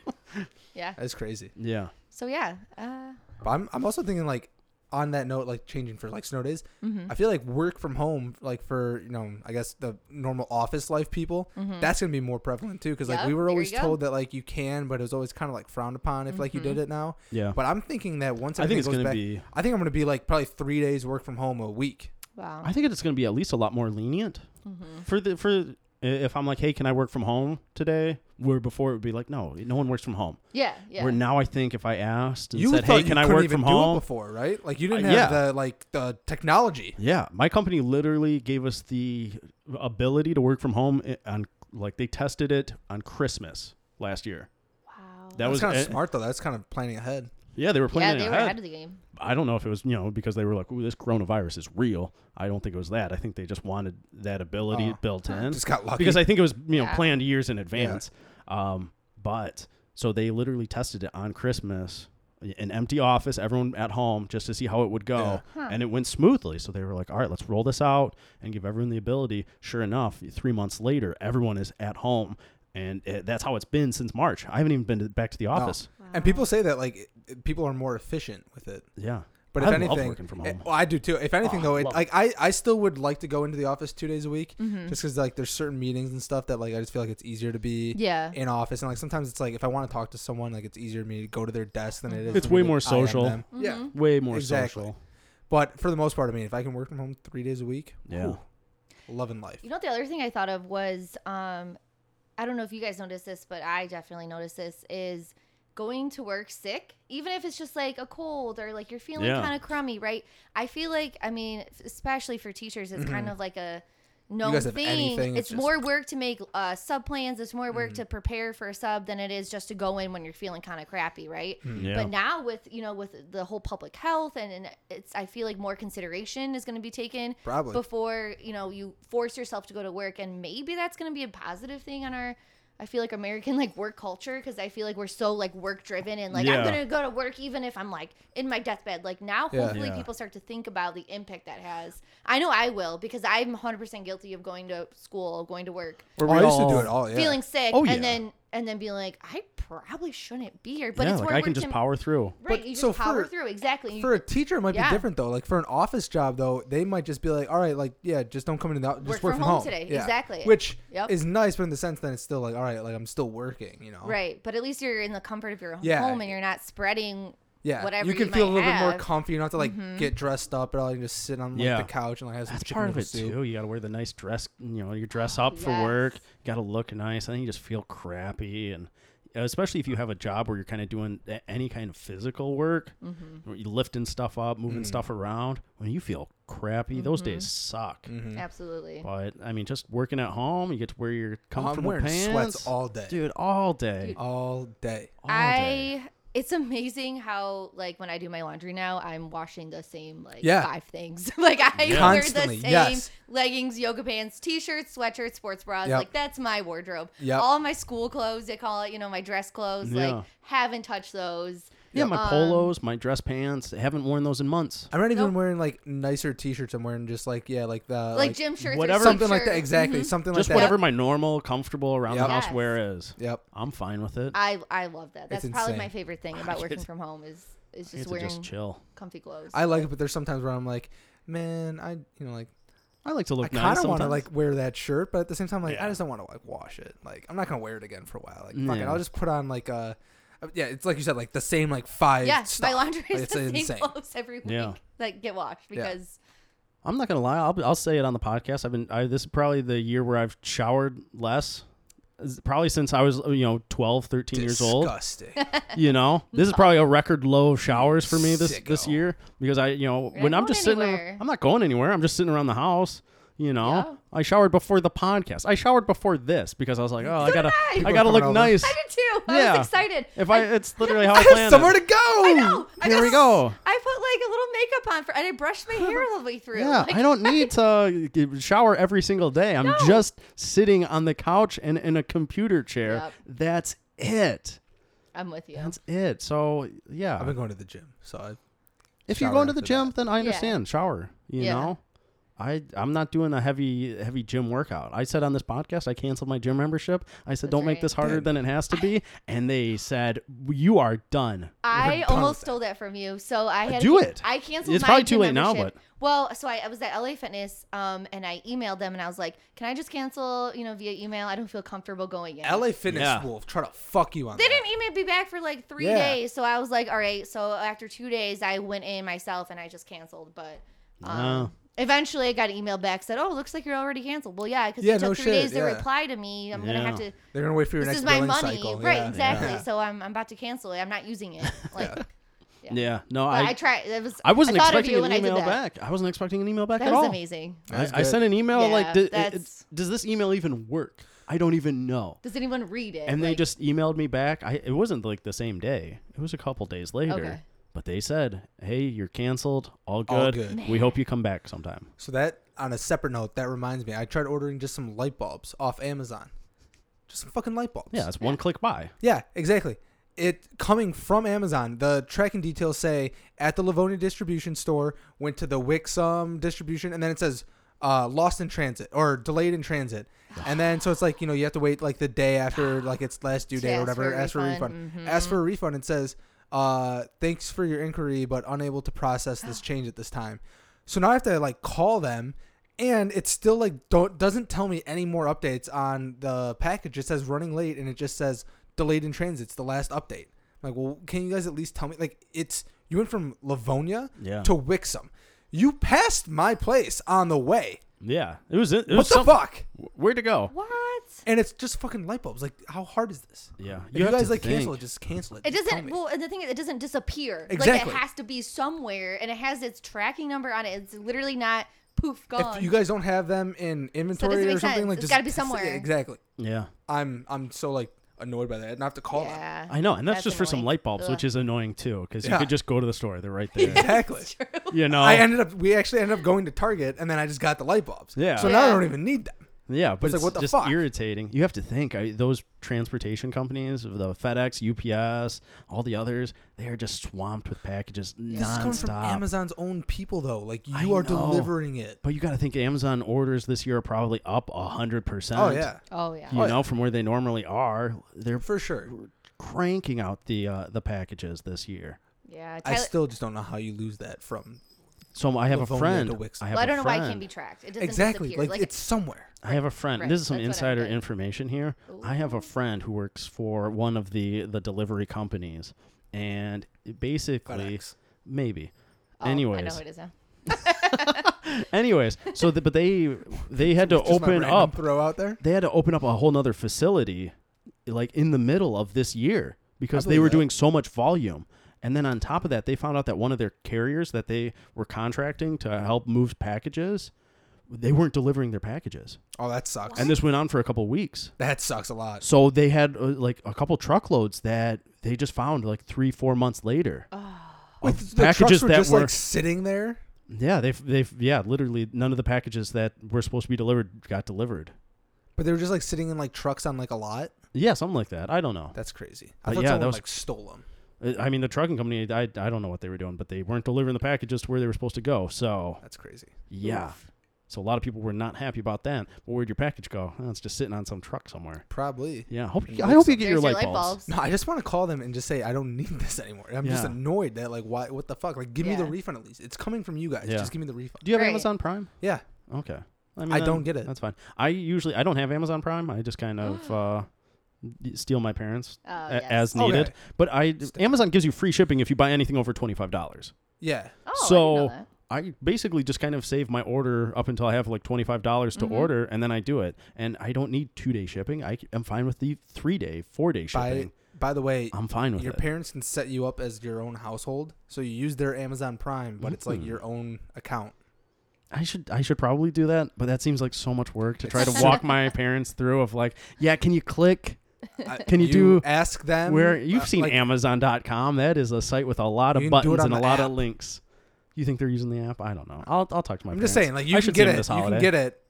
C: yeah.
D: That's crazy.
B: yeah.
C: So yeah. Uh,
D: But I'm I'm also thinking like on that note, like changing for like snow days. I feel like work from home, like for you know, I guess the normal office life people, that's gonna be more prevalent too. Because like
C: Yep,
D: we were
C: there you
D: always
C: go.
D: told that like you can, but it was always kind of like frowned upon if like you did it now.
B: Yeah.
D: But I'm thinking that once
B: I think
D: everything
B: it's
D: goes
B: gonna
D: back,
B: be-
D: I think I'm gonna be like probably three days work from home a week.
C: wow.
B: I think it's going to be at least a lot more lenient
D: Mm-hmm.
B: for the for i- if I'm like, hey, can I work from home today? Where before it would be like, no, no one works from home.
C: yeah. Yeah.
B: Where now I think if I asked and
D: You
B: said,
D: thought
B: hey,
D: you
B: can I
D: couldn't
B: work
D: even
B: from
D: do it
B: home?
D: before, right? Like you didn't
B: Uh,
D: have
B: yeah.
D: the like the technology.
B: Yeah, my company literally gave us the ability to work from home i- on like they tested it on Christmas last year.
C: wow.
B: That
D: That's
B: was
D: kind of
B: eh,
D: smart though. That's kind of planning ahead.
B: Yeah, they were
C: yeah,
B: planning
C: they were
B: ahead.
C: ahead of the game.
B: I don't know if it was, you know, because they were like, ooh, this coronavirus is real. I don't think it was that. I think they just wanted that ability
D: Oh.
B: built in.
D: Just got lucky.
B: Because I think it was, you know,
C: Yeah.
B: planned years in advance. Um, but so they literally tested it on Christmas, an empty office, everyone at home just to see how it would go.
D: Yeah.
C: Huh.
B: And it went smoothly. So they were like, all right, let's roll this out and give everyone the ability. Sure enough, three months later, everyone is at home. And it, that's how it's been since March. I haven't even been to, back to the
D: No.
B: office.
D: And people say that like it- people are more efficient with it.
B: Yeah.
D: But
B: I
D: if
B: love
D: anything,
B: working from
D: eh,
B: home.
D: well, I do too. If anything,
B: Oh,
D: though,
B: I
D: it,
B: love
D: like I, I still would like to go into the office two days a week,
C: Mm-hmm.
D: just because like there's certain meetings and stuff that like I just feel like it's easier to be
C: Yeah.
D: in office, and like sometimes it's like if I want to talk to someone, like it's easier to me to go to their desk than it is.
B: It's
D: for me
B: way
D: to
B: more
D: IM
B: social.
D: them.
C: Mm-hmm.
D: Yeah,
B: Way more
D: Exactly.
B: social.
D: but for the most part, I mean, if I can work from home three days a week,
B: Yeah.
D: whew, loving life.
C: You know, the other thing I thought of was, um, I don't know if you guys noticed this, but I definitely noticed this is going to work sick, even if it's just like a cold or like you're feeling
B: Yeah.
C: kind of crummy, right? I feel like, I mean, especially for teachers, it's kind of like a known
D: Mm-hmm. guys have
C: thing.
D: anything,
C: it's
D: it's just-
C: more
D: Mm-hmm.
C: work to make uh, sub plans. It's more work to prepare for a sub than it is just to go in when you're feeling kind of crappy, right?
D: Hmm. Mm.
B: Yeah.
C: But now with you know with the whole public health and, and it's I feel like more consideration is going to be taken
D: Probably.
C: before you know you force yourself to go to work and maybe that's going to be a positive thing on our I feel like American like work culture because I feel like we're so like work driven and like I'm
B: Yeah.
C: going to go to work even if I'm like in my deathbed like now
D: Yeah.
C: hopefully
B: Yeah.
C: people start to think about the impact that has I know I will because I'm 100% guilty of going to school going to work
B: Where
D: Oh,
B: we
D: I used to do
B: all-
D: it all. Yeah.
C: feeling sick
B: Oh, yeah.
C: and then and then being like I probably shouldn't be here but
B: yeah,
C: it's
B: like
C: more
B: I can
C: work
B: just
C: to-
B: power through.
C: Right,
D: But
C: you just
D: so
C: power
D: for-
C: through exactly. You-
D: for a teacher, it might
C: Yeah.
D: be different though. Like for an office job, though, they might just be like, "All right, like yeah, just don't come into the office.
C: Work
D: Just work
C: from
D: from,
C: home today. Exactly.
D: Which
C: Yep.
D: is nice, but in the sense that it's still like, all right, like I'm still working. You know.
C: right, but at least you're in the comfort of your
D: Yeah.
C: home and you're not spreading.
D: Yeah.
C: whatever
D: you
C: you
D: can feel a
C: might
D: little bit
C: have. Mm-hmm.
D: more comfy. You don't have to like get dressed up and all. You just sit on like
B: Yeah.
D: the couch and like have some
B: That's
D: chicken
B: part of
D: noodle
B: it
D: soup.
B: too. You got to wear the nice dress. You know, you dress up for
C: yes.
B: work. You got to look nice. I think you just feel crappy, and uh, especially if you have a job where you're kind of doing a- any kind of physical work, where you're lifting stuff up, moving
D: Mm.
B: stuff around, when you feel crappy, those days suck.
D: Mm-hmm.
C: Absolutely.
B: But I mean, just working at home, you get to wear your
D: Oh, I'm
B: comfortable
D: wearing
B: pants,
D: sweats all day.
B: dude, all day.
D: All day.
B: all day.
C: I it's amazing how like when I do my laundry now, I'm washing the same like
D: Yeah.
C: five things. like I wear the
D: Constantly,
C: same
D: yes.
C: leggings, yoga pants, t-shirts, sweatshirts, sports bras.
D: Yep.
C: Like that's my wardrobe.
D: Yep.
C: All my school clothes, they call it, you know, my dress clothes.
B: Yeah.
C: Like haven't touched those.
B: yeah, my
C: Um,
B: polos, my dress pants, I haven't worn those in months.
D: I'm not even
C: Nope.
D: wearing like nicer t-shirts. I'm wearing just like yeah, like the
C: Like, gym Mm-hmm. shirts,
B: whatever-
C: or
D: something
C: sleep
D: like that.
C: shirts.
D: Exactly, something
B: Just
D: like that.
B: whatever my normal, comfortable around
D: Yep.
B: the house
C: Yes.
B: wear is.
D: Yep.
B: I'm fine with it.
C: I I love that. That's probably
D: insane.
C: my favorite thing about working from home is is
B: I get
C: just
B: to
C: wearing
B: just chill.
C: comfy clothes.
D: I like it, but there's sometimes where I'm like, man, I you know like
B: I like to
D: I
B: look
D: kind
B: nice.
D: of want to
B: sometimes.
D: like wear that shirt, but at the same time, like
B: Yeah.
D: I just don't want to like wash it. Like I'm not gonna wear it again for a while. Like fuck it,
B: Yeah.
D: I'll just put on like a. uh, Yeah, it's like you said, like the same like five.
C: yeah,
D: stuff.
C: my laundry is
D: It's
C: the same
D: insane.
C: clothes every week
B: Yeah.
C: that get washed
D: Yeah.
C: because
B: I'm not gonna lie. I'll, I'll say it on the podcast. I've been. I, this is probably the year where I've showered less. Is- Probably since I was, uh, you know, 12, 13 years old.
D: Disgusting.
B: You know, this is probably a record low of showers for me this this
D: Sicko.
B: year because I, you know,
C: not
B: when I'm
C: going
B: just sitting,
C: anywhere.
B: ar- I'm not going anywhere. I'm just sitting around the house. You know,
C: Yeah.
B: I showered before the podcast. I showered before this because I was like, oh, I gotta,
C: I.
B: I
C: People
B: gotta
D: are
B: look
D: coming over.
B: nice.
C: I did too. I
B: Yeah.
C: was excited.
B: If I, it's literally how I
D: I have
B: planned.
D: somewhere
B: it.
D: to go.
C: I know. I
B: Here
C: got
B: we
C: s-
B: go.
C: I put like a little makeup on for, and I brushed my hair all the way through.
B: Yeah,
C: Like,
B: I don't need to g- shower every single day. I'm
C: No.
B: just sitting on the couch and in a computer chair.
C: Yep.
B: That's it.
C: I'm with you.
B: That's it. So yeah,
D: I've been going to the gym, so I
B: if you're
D: shower
B: going to the
D: after
B: gym,
D: that.
B: then I understand. Shower. You
C: Yeah.
B: know, I I'm not doing a heavy heavy gym workout. I said on this podcast, I canceled my gym membership. I said,
C: That's
B: don't make
C: right.
B: this harder than it has to be, and they said, you are done.
C: I
D: with
C: almost
D: that.
C: stole that from you, so I had
B: Do
C: to,
B: it.
C: I canceled.
B: It's
C: my
B: probably too
C: gym
B: late now,
C: membership. well, so I, I was at LA Fitness, um, and I emailed them, and I was like, "Can I just cancel? You know, via email? I don't feel comfortable going in."
D: LA Fitness
B: Yeah.
D: will try to fuck you on.
C: they
D: that.
C: didn't email me back for like three
D: Yeah.
C: days, so I was like, "All right." So after two days, I went in myself, and I just canceled, but.
B: Uh,
C: Um, Eventually, I got an email back said, "Oh, looks like you're already canceled." Well, yeah, because
D: Yeah,
C: it took
D: no
C: three
D: shit,
C: days to
D: yeah.
C: reply to me. I'm gonna have
B: Yeah.
C: to
D: They're gonna wait for your
C: this
D: next
C: is my
D: billing
C: money,
D: cycle.
C: right?
D: Yeah.
C: exactly.
D: Yeah.
C: So I'm, I'm about to cancel it. I'm not using it. Like,
B: Yeah. No,
C: but I,
B: I.
C: tried. It was
B: I wasn't
C: thought of
B: expecting
C: you
B: an
C: when I did
B: email
C: that.
B: back. I wasn't expecting an email back
C: That
B: at
C: was
B: all.
C: amazing.
B: I,
D: That's
B: I
D: good.
B: sent an email like,
C: Yeah,
B: "Did- it-
C: that's-
B: it's- does this email even work? I don't even know.
C: Does anyone read it?
B: And they
C: Like,
B: just emailed me back. I it wasn't like the same day. It was a couple days later.
C: Okay.
B: But they said, "Hey, you're canceled. All good.
D: All good.
B: We hope you come back sometime."
D: So that on a separate note, that reminds me, I tried ordering just some light bulbs off Amazon. Just some fucking light bulbs.
B: Yeah, it's one click buy.
D: Yeah, exactly. It coming from Amazon. The tracking details say at the Livonia distribution store, went to the Wixom distribution, and then it says uh, lost in transit or delayed in transit. And then so it's like you know you have to wait like the day after like its last due
C: To
D: date
C: ask
D: or whatever.
C: for a
D: ask for a refund.
C: refund. Mm-hmm.
D: Ask for a refund. It says uh, thanks for your inquiry, but unable to process this change at this time. So now I have to like call them. And it still like don't doesn't tell me any more updates on the package. It says running late, and it just says delayed in transit. It's the last update. I'm like, well, can you guys at least tell me? Like, it's you went from Livonia
B: Yeah.
D: to Wixom. You passed my place on the way.
B: Yeah, it was. It, it
D: What
B: was
D: the
B: something-
D: fuck?
B: Where'd it go?
C: what?
D: And it's just fucking light bulbs. Like, how hard is this?
B: Yeah,
D: If you,
B: have
D: guys
B: to
D: like cancel it,
B: think.
D: just cancel it.
C: It
D: Just tell
C: doesn't.
D: me.
C: Well, and the thing is, it doesn't disappear.
D: Exactly.
C: Like it has to be somewhere, and it has its tracking number on it. It's literally not poof gone.
D: if you guys don't have them in inventory
C: make
D: or something,
C: sense.
D: like
C: It's
D: just
C: gotta be
D: just- yeah,
C: somewhere.
D: exactly.
B: Yeah,
D: I'm I'm so like annoyed by that. And I have to call them.
C: yeah,
B: I know, and that's, just for some
C: annoying.
B: light bulbs,
C: Ugh.
B: which is annoying too, because you
D: Yeah.
B: could just go to the store. They're right there.
D: Exactly.
B: You know.
D: I ended up we actually ended up going to Target and then I just got the light bulbs.
B: Yeah.
D: So now I
C: Yeah.
D: don't even need them.
B: Yeah, but
D: It's
B: it's,
D: like, what the
B: just
D: fuck?
B: irritating. You have to think I, those transportation companies, the FedEx, UPS, all the others, they are just swamped with packages
D: This is coming from
B: nonstop.
D: Amazon's own people though. Like you
B: I
D: are
B: know.
D: delivering it.
B: But you got to think Amazon orders this year are probably up hundred percent.
D: Oh yeah.
C: Oh yeah.
B: you know from where they normally are. They're
D: For sure.
B: cranking out the uh, the packages this year.
C: Yeah.
D: I
C: Tyler-
D: still just don't know how you lose that from
B: So I have a
D: Livonia
B: friend.
D: to Wixom.
B: I have
C: well, I
B: a
C: don't know why it
B: friend.
C: can't be tracked. It doesn't
D: exactly
C: disappear.
D: like,
C: Like,
D: it's somewhere.
B: I have a friend.
C: Right,
B: This is some
C: that's what I
B: insider
C: meant.
B: information here. I have a friend who works for one of the the delivery companies, and basically,
D: FedEx.
B: maybe.
C: oh, I know
B: anyways,
C: it is now.
B: anyways, so the, but they they had to
D: Just my
B: open
D: random
B: up.
D: throw out there.
B: They had to open up a whole nother facility like in the middle of this year because they
D: believe
B: were
D: that.
B: doing so much volume. And then on top of that, they found out that one of their carriers that they were contracting to help move packages, they weren't delivering their packages.
D: Oh, that sucks.
B: And this went on for a couple weeks.
D: that sucks a lot.
B: So they had uh, like a couple truckloads that they just found like three, four months later.
D: Wait,
B: of
D: the
B: packages
D: trucks were
B: that
D: just
B: were-
D: like sitting there.
B: Yeah, they've they've yeah, literally none of the packages that were supposed to be delivered got delivered.
D: But they were just like sitting in like trucks on like a lot.
B: Yeah, something like that. I don't know.
D: That's crazy.
B: Uh,
D: I thought
B: yeah, that
D: someone
B: was-
D: like stole them.
B: Uh, I mean, the trucking company, I, I don't know what they were doing, but they weren't delivering the packages to where they were supposed to go. So,
D: That's crazy.
B: yeah. So, a lot of people were not happy about that. But where'd your package go? Oh, it's just sitting on some truck somewhere.
D: Probably.
B: Yeah. I hope you,
D: Looks
B: I hope you
D: like-
B: get
C: There's
B: your light, bulbs.
D: No, I just want to call them and just say I don't need this anymore. I'm just
B: Yeah.
D: annoyed that like why what the fuck? Like give me the
C: Yeah.
D: refund at least. It's coming from you guys.
B: Yeah.
D: Just give me the refund.
B: Do you have
C: Right.
B: Amazon Prime?
D: Yeah.
B: Okay. mean,
D: I
B: then
D: don't get it.
B: That's fine. I usually I don't have Amazon Prime. I just kind of uh, steal my parents
C: Oh,
B: a-
C: yes.
B: as needed.
D: Okay.
B: But I Amazon gives you free shipping if you buy anything over twenty five dollars.
D: Yeah.
C: Oh, I
B: so
C: didn't know that.
B: I basically just kind of save my order up until I have like twenty five dollars
C: Mm-hmm.
B: to order, and then I do it. And I don't need two day shipping. I c- am fine with the three day, four day
D: By
B: shipping.
D: by the way,
B: I'm fine with
D: your
B: it.
D: parents can set you up as your own household, so you use their Amazon Prime, but it's
B: Mm.
D: like your own account.
B: I should I should probably do that, but that seems like so much work to try to
D: It's-
B: walk my parents through. Of like, yeah, can you click?
D: I-
B: Can you do-
D: ask them
B: Where you've
D: uh,
B: seen
D: like,
B: Amazon.com, that is a site with a lot
D: You
B: of
D: can do it
B: buttons
D: on
B: and a
D: the
B: lot
D: app.
B: of links. You think they're using the app? I don't know. I'll, I'll talk to my.
D: I'm just
B: parents.
D: saying, like you
B: I
D: can
B: should
D: get
B: see 'em
D: it.
B: This
D: You
B: holiday.
D: can get it.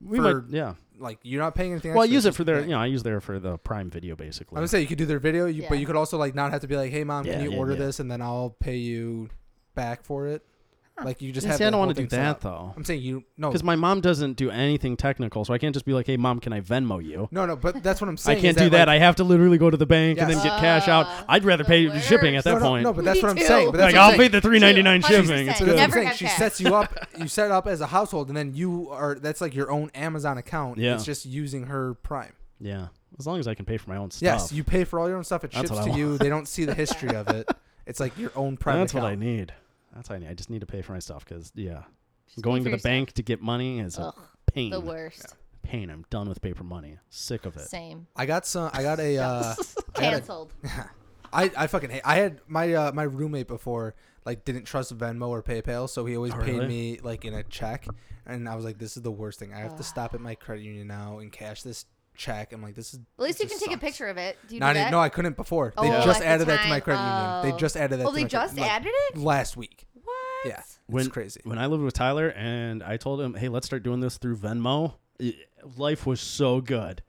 B: we
D: for-
B: might, yeah.
D: Like you're not paying anything.
B: Well, I
D: extra,
B: use
D: it's
B: it for their.
D: just-
B: You know, I use there for the Prime Video
D: I
B: basically.
D: would say you could do their video, you, but
C: Yeah.
D: you could also like not have to be like, "Hey, mom,
B: Yeah,
D: can you
B: yeah,
D: order
B: yeah.
D: this?" and then I'll pay you back for it. Like you just
B: Yeah,
D: have.
B: see, I
D: that
B: don't
D: whole
B: want to do
D: thing set
B: that
D: up.
B: though,
D: I'm saying you no,
B: because my mom doesn't do anything technical, so I can't just be like, "Hey, mom, can I Venmo you?"
D: no, no. But that's what I'm
B: I
D: saying.
B: can't do that. I have to literally go to the bank and
D: Yes.
B: then get cash out.
C: Uh,
B: I'd rather pay
C: the
B: shipping at
C: worst.
B: that
D: no, no,
B: point.
D: No, but that's what I'm
C: Me
D: saying.
C: too.
D: But that's
B: like
D: what I'm
B: I'll pay
D: saying.
B: the three ninety nine
C: 100%.
B: shipping. It's
D: But that's what I'm
C: Never
D: saying.
C: have
D: She
C: cash.
D: sets you up. You set it up as a household, and then you are. That's like your own Amazon account.
B: Yeah.
D: It's just using her Prime.
B: Yeah, as long as I can pay for my own stuff.
D: Yes, you pay for all your own stuff. It
B: That's
D: ships
B: what I
D: to you. They don't see the history of it. It's like your own private.
B: That's what I
D: account.
B: need. That's what I need. I just need to pay for my stuff because yeah,
C: Just
B: going to
C: pay
B: the
C: for yourself.
B: bank to get money is
C: Ugh,
B: a pain.
C: the worst.
B: Pain. I'm done with paper money. Sick of it.
C: Same.
D: I got some. I got a. Uh, I got a
C: Cancelled.
D: I, I fucking hate. I had my uh, my roommate before like didn't trust Venmo or PayPal, so he always
B: Oh,
D: paid
B: really?
D: me like in a check, and I was like, this is the worst thing. I have to stop at my credit union now and cash this check. I'm like, this is.
C: At least you
D: this
C: can
D: just
C: take a
D: sucks.
C: picture of it. Do you
D: No, I
C: do that?
D: didn't- no, I couldn't before. They
C: Oh, at
D: just
C: the
D: added that to
C: time.
D: my credit union.
C: Oh.
D: They just added that.
C: Oh,
D: to
C: they
D: my credit-
C: just
D: like,
C: added it?
D: last week.
C: What?
D: Yeah,
B: When,
D: it's crazy.
B: When I lived with Tyler and I told him, hey, let's start doing this through Venmo. i- Life was so good.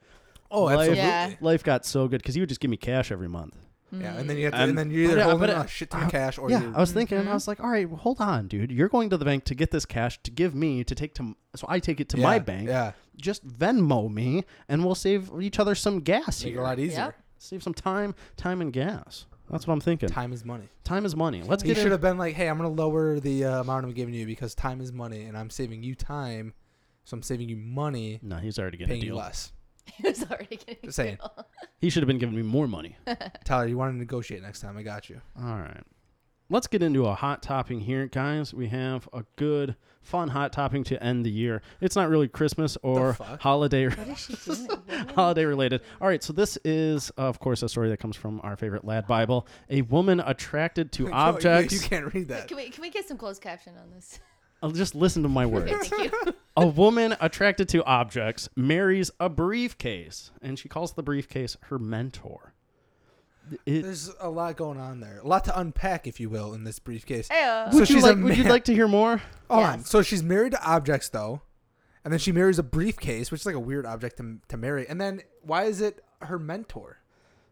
D: Oh,
B: life,
D: absolutely.
C: Yeah.
B: Life got so good because he would just give me cash every month.
D: Yeah, and then you have to,
B: Um,
D: and then you're either
B: but, uh,
D: holding
B: but, uh,
D: a shit ton of cash or
B: yeah,
D: you're,
B: I was thinking, I was like, all right, well, hold on, dude. You're going to the bank to get this cash to give me to take to, m- so I take it to my
D: Yeah,
B: bank.
D: Yeah,
B: Just Venmo me, and we'll save each other some gas
D: make it
B: here.
D: a lot e-, easier.
C: Yep.
B: Save some time, time and gas. That's what I'm thinking. Time,
D: Time is money.
B: is money. Let's
D: He
B: get
D: should
B: it.
D: have been like, "Hey, I'm gonna lower the uh, amount I'm giving you because time is money, and I'm saving you time, so I'm saving you money,
B: No, he's already getting a
D: paying you
B: deal.
D: less."
C: He was already getting
D: Just saying.
C: killed.
B: He should have been giving me more money. All
D: Tyler, you want to negotiate next time? I got you.
B: right. Let's get into a hot topping here, guys. We have a good, fun hot topping to end the year. It's not really Christmas or
D: fuck?
B: holiday
C: What is she doing?
B: holiday related. All right, so this is, of course, a story that comes from our favorite lad Bible. A woman attracted to
D: No, you-
B: objects.
D: Oh, You can't read that.
C: Can we can we get some closed caption on this?
B: I'll just listen to my words.
C: Thank you.
B: a woman attracted to objects marries a briefcase, and she calls the briefcase her mentor. It-
D: There's a lot going on there, a lot to unpack, if you will, in this briefcase.
C: Ayo.
D: So
B: would, you
D: she's a
B: like, would you
D: man.
B: like to hear more?
D: Hold on.
C: Yes.
D: So she's married to objects, though, and then she marries a briefcase, which is like a weird object to to marry. And then why is it her mentor?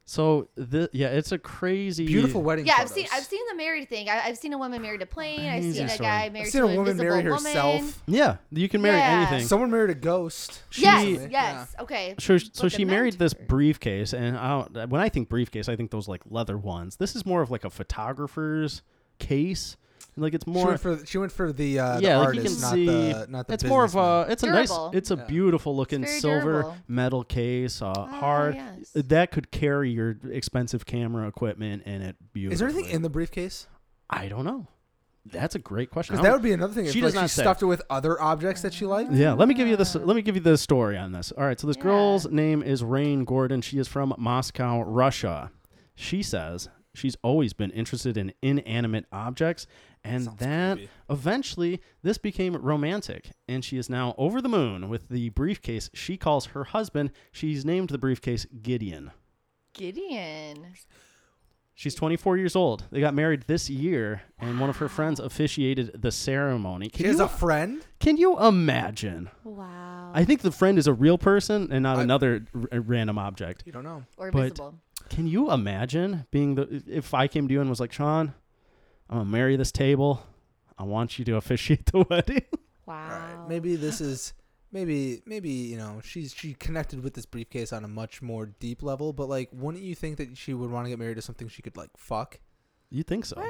B: So the yeah, it's a crazy
D: Beautiful wedding.
C: Yeah, I've
D: photos.
C: seen I've seen the married thing. I, I've seen a woman married to plane. I've
B: Crazy
C: seen a
B: story.
C: guy
D: I've
C: married
D: seen
C: to
D: a
C: an
D: woman marry
C: invisible
D: herself.
C: woman.
B: Yeah, you can marry
C: Yeah.
B: anything.
D: Someone married a ghost.
B: She-
C: Yes,
D: Yeah.
C: yes, okay.
B: So, so
C: But
B: she
C: the
B: married this
C: mentor-
B: briefcase, and I don't, when I think briefcase, I think those like leather ones. This is more of like a photographer's case, and like it's
D: She
B: more
D: went for she went for the uh,
B: yeah,
D: the
B: like you can
D: artist, not
B: see.
D: the not the.
B: it's more of a
D: businessman.
B: it's a
C: Durable.
B: nice it's a
D: Yeah.
B: beautiful looking
C: It's very
B: silver
C: durable. Ah,
B: metal case, uh, hard
C: yes.
B: that could carry your expensive camera equipment in it beautifully.
D: Is there anything in the briefcase?
B: I don't know. That's a great question.
D: Because
B: I
D: that
B: don't-
D: would be another thing. If,
B: She
D: she
B: does
D: like,
B: not
D: she
B: say.
D: stuffed it with other objects that she liked.
B: Yeah, let me give you this. Let me give you the story on this. All right, so this girl's name is Rain Gordon. She is from Moscow, Russia. She says she's always been interested in inanimate objects, and that eventually this became romantic. And she is now over the moon with the briefcase she calls her husband. She's named the briefcase Gideon.
C: Gideon.
B: She's 24 years old. They got married this year, and one of her friends officiated the ceremony.
D: She
B: Can,
D: has
B: you,
D: a friend.
B: can you imagine?
C: Wow.
B: I think the friend is a real person and not
D: I-
B: another r- random object.
D: You don't know.
C: or
B: but-
C: visible.
B: Can you imagine being the if I came to you and was like, Sean, I'm gonna marry this table. I want you to officiate the wedding.
C: Wow.
D: All right. Maybe this is maybe maybe you know she's she connected with this briefcase on a much more deep level. But like, wouldn't you think that she would want to get married to something she could like fuck?
B: you think so?
C: Well,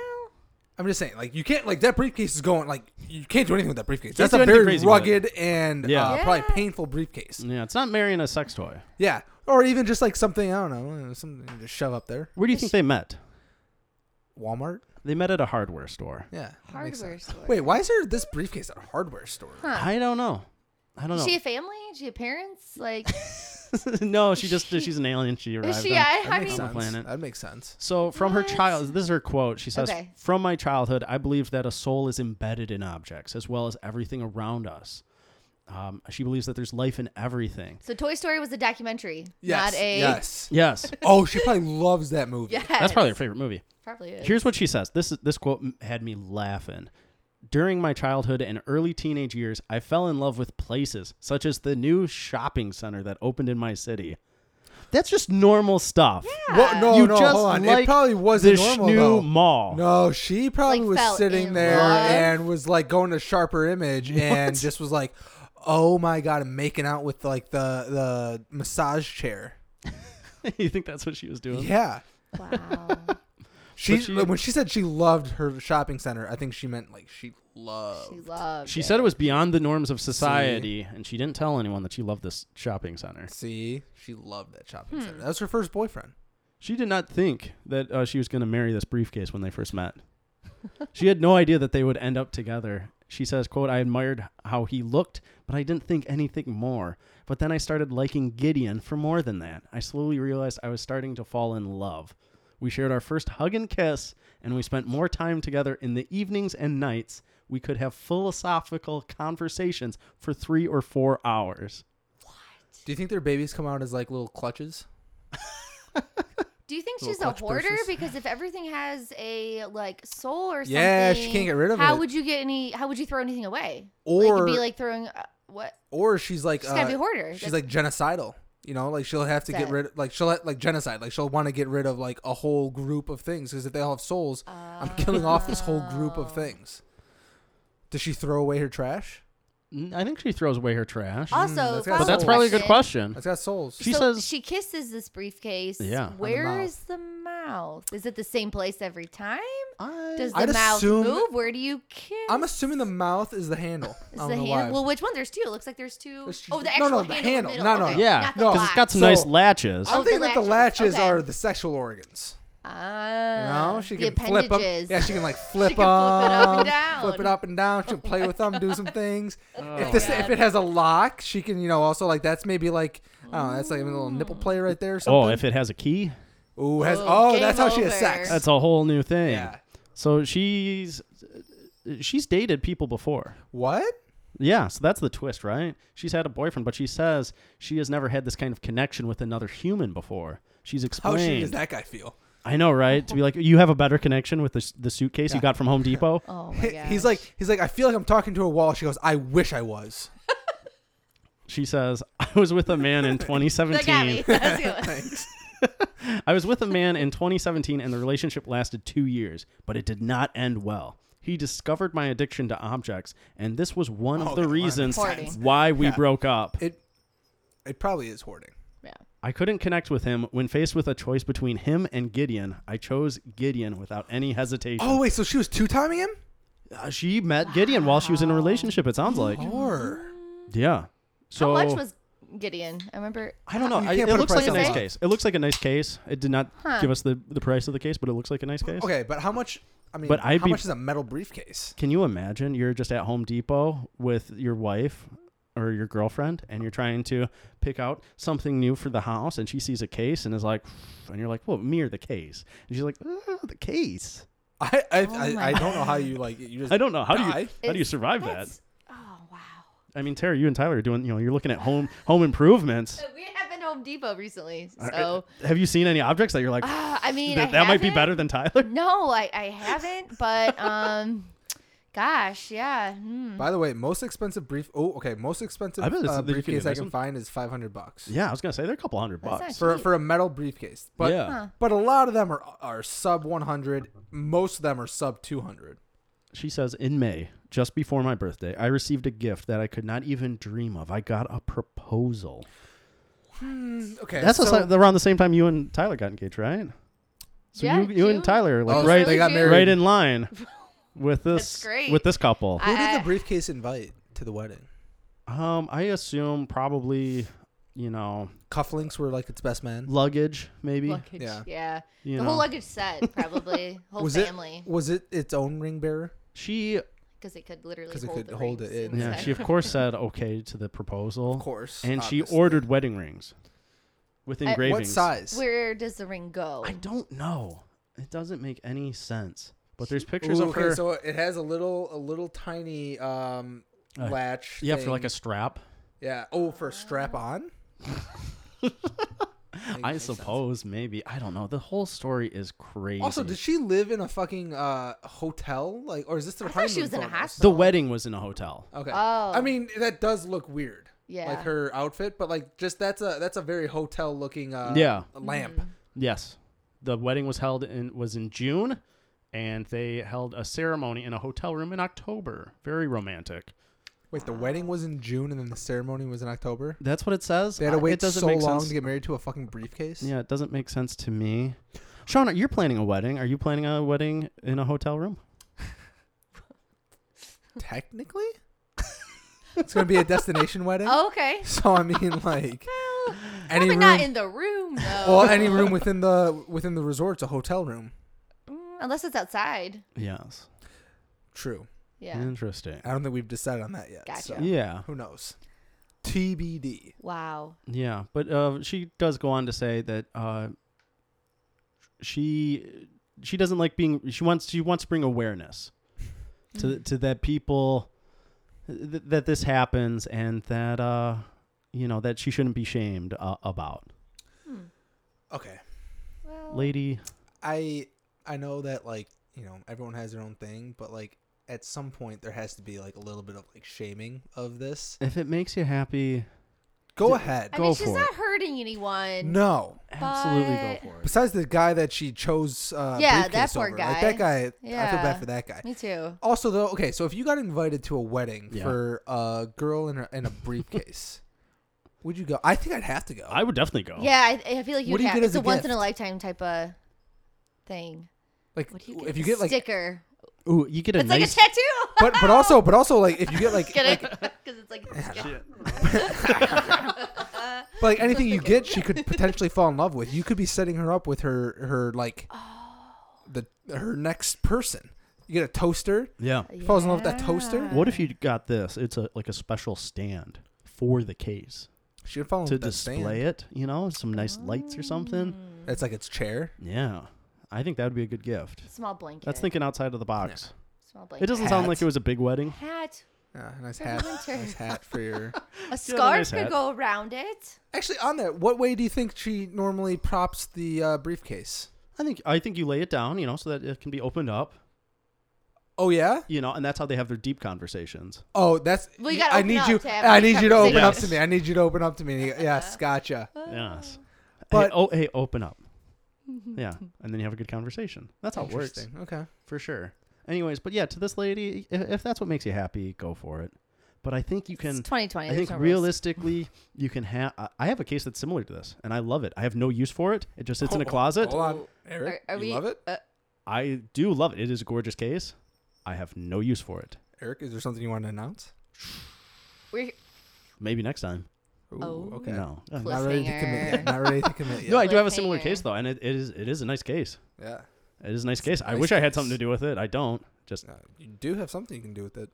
D: I'm just saying, like you can't like that briefcase is going like you can't do anything with that briefcase.
B: Can't
D: That's
B: do
D: a
B: anything
D: very
B: crazy with it.
D: rugged and
B: Yeah.
D: uh, probably
C: Yeah.
D: painful briefcase.
B: Yeah, it's not marrying a sex toy.
D: Yeah, or even just like something I don't know, something to shove up there.
B: Where do you think they met?
D: Walmart.
B: They met at a hardware store.
D: Yeah, that makes
C: hardware
D: sense.
C: store.
D: Wait, why is there this briefcase at a hardware store?
C: Huh.
B: I don't know. I don't
C: Is
B: know.
C: she a family? Is she a parents? Like,
B: no, she just
C: she-
B: she's an alien. She arrived.
C: is she?
B: on-
C: I,
D: That
C: I
D: makes
C: mean,
B: on the
D: sense.
B: planet.
D: That makes sense.
B: So from her
C: What?
B: child, this is her quote. She says,
C: Okay.
B: "From my childhood, I believed that a soul is embedded in objects as well as everything around us." Um, she believes that there's life in everything.
C: so Toy Story was a documentary,
D: Yes.
C: not a.
D: Yes.
B: Yes,
D: Oh, she probably loves that movie.
C: Yes.
B: that's probably her favorite movie.
C: Probably is.
B: Here's what she says. This is this quote m- had me laughing. During my childhood and early teenage years, I fell in love with places such as the new shopping center that opened in my city. That's just normal stuff.
D: Well, no,
B: You
D: Oh, no,
B: just
D: hold on.
B: like
D: it probably
B: the
D: wasn't normal
B: new
D: though.
B: mall.
D: No, she probably
C: Like, fell
D: was
C: in
D: sitting there
C: love?
D: and was like going to sharper image and just was like, "Oh my god!" and making out with like the the massage chair.
B: you think that's what she was doing?
D: Yeah,
C: Wow.
D: she,
B: she-
D: when she said she loved her shopping center, I think she meant like she loved.
C: she loved.
B: She
C: it.
B: said it was beyond the norms of society, and she didn't tell anyone that she loved this shopping center.
D: See, she loved that shopping
C: Hmm.
D: center. That was her first boyfriend.
B: She did not think that uh, she was going to marry this briefcase when they first met. she had no idea that they would end up together. She says, "quote I admired how he looked, but I didn't think anything more. But then I started liking Gideon for more than that. I slowly realized I was starting to fall in love. We shared our first hug and kiss, and we spent more time together in the evenings and nights. We could have philosophical conversations for three or four hours."
D: Do you think their babies come out as like little clutches?
C: Do you think
D: Little
C: she's a
D: clutch
C: hoarder?
D: purses.
C: Because if everything has a like soul or something,
D: Yeah, she can't get rid of
C: How
D: it.
C: would you get any? How would you throw anything away? like, it'd
D: Or
C: be like throwing uh, what?
D: or she's like
C: She's gotta
D: uh,
C: be a hoarder.
D: She's
C: That's-
D: like genocidal. You know, like she'll have to get
C: That-
D: rid like she'll ha- like genocide. Like she'll want to get rid of like a whole group of things because if they all have souls, I'm killing off this whole group of
C: Oh.
D: things. Does she throw away her trash?
B: Mm, I think she throws away her trash.
C: Also,
D: Hmm, that's got
B: but that's probably a good question.
D: It's got souls.
B: She
C: so
B: says-
C: she kisses this briefcase.
B: Yeah. On the
C: Where
D: mouth.
C: is the mouth? Is it the same place every time? Does the
D: Uh, I'd
C: mouth
D: assume-
C: move? Where do you kiss?
D: I'm assuming the mouth is the handle.
C: Is
D: I don't
C: the
D: know
C: hand?
D: why.
C: Well, which one? There's two. It looks like there's two Oh,
D: There's two-
C: the
D: no,
C: actual
D: no, the
C: handle. in
D: handle.
C: middle.
D: No, no,
C: Okay,
D: no.
B: Yeah,
C: not the
B: because it's
C: lock.
B: got some
D: So-
B: nice latches.
D: I'm
C: Oh, the
D: thinking that the
C: latches,
D: latches
C: okay.
D: are the sexual organs.
C: Ah,
D: No, she
C: the
D: can flip them.
C: appendages.
D: Yeah, she can like flip
C: She can flip it up and
D: them,
C: down.
D: flip it up and down. She'll play with them, do some things.
B: Oh.
D: if this, if it has a lock, she can, you know, also like that's maybe like, I don't know, that's like a little nipple play right there. Or something.
B: Oh, if it has a key,
D: Ooh, has
C: Oh,
D: oh,
C: game
D: that's how she has
C: over.
D: sex.
B: that's a whole new thing.
D: yeah.
B: So she's she's dated people before.
D: What?
B: Yeah, so that's the twist, right? She's had a boyfriend, but she says she has never had this kind of connection with another human before. She's
D: How
B: explained.
D: shitty does Oh, that guy feel?
C: Oh
B: I know, right? To be like, you have a better connection with this, the suitcase you got from Home Depot.
C: Oh my
D: He-
C: god.
D: He's like, he's like, I feel like I'm talking to a wall. She goes, I wish I was.
B: She says, "I was with a man in
C: that got me.
B: 2017.
C: That's good.
B: I was with a man in 2017 and the relationship lasted two years, but it did not end well. He discovered my addiction to objects, and this was one of
D: Oh,
B: the
D: come on.
B: reasons
C: Hoarding.
B: why we broke up.
D: It, it probably is hoarding.
C: Yeah.
B: I couldn't connect with him. When faced with a choice between him and Gideon, I chose Gideon without any hesitation.
D: Oh wait, so she was two timing him?
B: Uh, she met Gideon while she was in a relationship, it sounds like.
D: Oh. Or
B: Yeah. So
C: How much was Gideon? I remember.
B: I don't know.
D: You
B: I,
D: can't
B: it
D: put a
B: looks like
D: price
B: a
D: on
B: nice
D: that.
B: case. It looks like a nice case. It did not
C: Huh.
B: give us the, the price of the case, but it looks like a nice case.
D: okay, but how much? I mean,
B: But I'd
D: how
B: be-
D: much is a metal briefcase?
B: Can you imagine you're just at Home Depot with your wife or your girlfriend and you're trying to pick out something new for the house and she sees a case and is like and you're like, "Well, me or the case?" And she's like, "Ah, "The case."
D: I I,
C: Oh
D: I,
C: my
D: I don't know how you like you just
B: I don't know. How do you
D: Die.
B: how do you
C: It's-
B: survive that?
C: that's- Oh wow.
B: I mean, Tara, you and Tyler are doing, you know, you're looking at home home improvements.
C: So we have been to Home Depot recently,
B: Are-
C: so
B: Have you seen any objects that you're like,
C: Ah, Oh. I mean,
B: Uh, that,
C: I
B: that might be
C: haven't.
B: better than Tyler?
C: No, I, I haven't, but um, gosh, yeah. Hmm.
D: By the way, most expensive brief. Oh, okay. Most expensive
B: I bet it's-
D: uh,
B: you can
D: briefcase I
B: invest
D: can
B: in-
D: find is five hundred bucks
B: Yeah, I was gonna say they're a couple hundred
C: That's
B: bucks.
C: not
D: for
C: cheap.
D: for a metal briefcase. But
B: yeah,
C: Huh.
D: but a lot of them are are sub one hundred. Most of them are sub two hundred.
B: she says in May, just before my birthday, I received a gift that I could not even dream of. I got a proposal.
D: Okay,
B: That's
D: so,
B: also around the same time you and Tyler got engaged, right? So
C: Yeah,
B: you, you and
C: June.
B: Tyler are like
D: Oh, so
B: right,
D: they got
C: June.
D: married.
B: right in line with this
C: That's great.
B: with this couple.
C: I-
D: Who did the briefcase invite to the wedding?
B: um, I assume probably, you know,
D: Cufflinks were like its best man.
B: luggage maybe.
C: Luggage,
D: Yeah.
C: yeah.
B: you
C: The
B: know.
C: whole luggage set, probably. whole
D: was
C: family.
D: it was it its own ring bearer?
B: she
C: Because it could literally
D: 'Cause it
C: hold
D: could
C: the
D: hold
C: rings
D: it in.
B: Yeah,
C: inside.
B: she of course said okay to the proposal.
D: Of course.
B: And she
D: obviously.
B: ordered wedding rings with
C: At what
B: engravings.
D: What size?
C: Where does the ring go?
B: I don't know. It doesn't make any sense. But there's
D: Ooh,
B: pictures of
D: okay,
B: her.
D: so it has a little a little tiny um
B: Uh,
D: latch.
B: yeah, for like a
D: thing.
B: strap.
D: yeah. Oh, for a strap on.
B: I suppose maybe. I don't know. The whole story is crazy.
D: Also, did she live in a fucking uh, hotel? Like, or is this their
C: I thought she
D: honeymoon
C: was in a
D: photos?
B: the
C: hospital.
B: wedding was in a hotel.
D: Okay.
C: Oh.
D: I mean, that does look weird.
C: Yeah.
D: Like her outfit, but like just that's a that's a very hotel looking uh,
B: Yeah.
D: lamp.
C: Mm-hmm.
B: Yes. The wedding was held in was in June and they held a ceremony in a hotel room in October. Very romantic.
D: Wait, the wedding was in June and then the ceremony was in October.
B: That's what it says.
D: They had
B: I-
D: to
B: Uh, it
D: wait
B: doesn't
D: so
B: make
D: long
B: sense.
D: to get married to a fucking briefcase.
B: Yeah, it doesn't make sense to me. Shauna, you're planning a wedding. Are you planning a wedding in a hotel room?
D: Technically, it's gonna be a destination wedding.
C: okay.
D: So I mean, like
C: Well, Oh. probably
D: any room,
C: not in the room, though.
D: well, any room within the within the resort's a hotel room.
C: Mm, Unless it's outside.
B: Yes.
D: True.
C: Yeah.
B: Interesting.
D: I don't think we've decided on that yet.
C: Gotcha.
D: so
B: Yeah.
D: Who knows? TBD.
C: Wow.
B: Yeah. But uh, she does go on to say that uh, she she doesn't like being she wants she wants to bring awareness
C: Mm.
B: to to that people th- that this happens and that uh you know that she shouldn't be shamed uh, about.
D: Okay.
C: Well,
B: Lady,
D: I I know that like you know everyone has their own thing, but like at some point there has to be like a little bit of like shaming of this.
B: if it makes you happy,
D: Go ahead.
C: I
B: go
C: mean, she's
B: for
C: not hurting anyone.
D: No.
B: absolutely go
C: But-
B: for it.
D: Besides the guy that she chose. Uh,
C: Yeah,
D: briefcase
C: that poor
D: over, like,
C: guy.
D: that guy. I feel
C: Yeah.
D: bad for that guy.
C: Me too.
D: Also, though, okay, so if you got invited to a wedding
B: Yeah.
D: for a girl in a, in a briefcase, would you go? I think I'd have to go.
B: I would definitely go.
C: Yeah, I, I feel like
D: What
C: you'd
D: do you
C: have,
D: get
C: it's
D: as a
C: a once in
D: gift?
C: a lifetime type of thing.
D: like,
C: What do you get?
D: if you get like,
C: sticker.
B: Ooh, you get a
C: It's like a
B: nice
C: tattoo.
D: but but also but also like if you get like
C: Get
D: like,
C: it? Because it's like
D: but, like anything you get, she could potentially fall in love with. You could be setting her up with her her like
C: Oh.
D: the her next person. You get a toaster.
B: Yeah.
D: Falls in love with that toaster.
B: What if you got this? It's a like a special stand for the case
D: She would fall in love
B: to
D: with Oh, that
B: display
D: stand.
B: it. You know, some nice lights or something.
D: That's like its chair.
B: Yeah, I think that would be a good gift.
C: small blanket.
B: That's thinking outside of the box.
C: small blanket.
B: It doesn't sound
D: Hat.
B: like it was a big wedding.
C: hat.
D: Yeah, a nice
C: For the
D: hat.
C: winter.
D: Nice hat for your.
C: A
B: nice
C: scarf
B: hat.
C: could go around it.
D: Actually, on that, what way do you think she normally props the uh, briefcase?
B: I think I think you lay it down, you know, so that it can be opened up,
D: Oh yeah.
B: you know, and that's how they have their deep conversations.
D: Oh, that's.
C: Well, you gotta
D: I
C: open
D: need
C: up
D: you.
C: to have
D: I
C: these
D: need you to open up to
B: conversations.
D: me. I need you to open up to me. Yes, gotcha.
B: Yes.
D: But-
B: hey, oh, hey, open up. yeah, and then you have a good conversation. That's how it works
D: Interesting. Okay.
B: for sure. Anyways, but yeah, to this lady, if, if that's what makes you happy, go for it. But I think you
C: It's
B: can.
C: 2020.
B: I think realistically, you can have. I have a case that's similar to this, and I love it. I have no use for it. It just sits in a
D: Hold-
B: closet.
D: Oh, Hold on, Eric.
C: Are- are
D: you
C: we- uh,
D: love it?
B: I do love it. It is a gorgeous case. I have no use for it.
D: Eric, is there something you want to announce?
C: We're,
B: Maybe next time.
D: Ooh,
C: Oh.
D: okay.
B: No. Uh,
C: Cliff.
D: Not ready to commit. Yet.
C: Cliffhanger.
D: Not ready to commit yet.
B: No, I do have a similar
C: Cliffhanger.
B: case though, and it, it is it is a nice case.
D: yeah.
B: It is a nice case. I
D: nice
B: wish I had something to
D: case.
B: do with it. I don't. Just
D: Uh, you do have something you can do with it.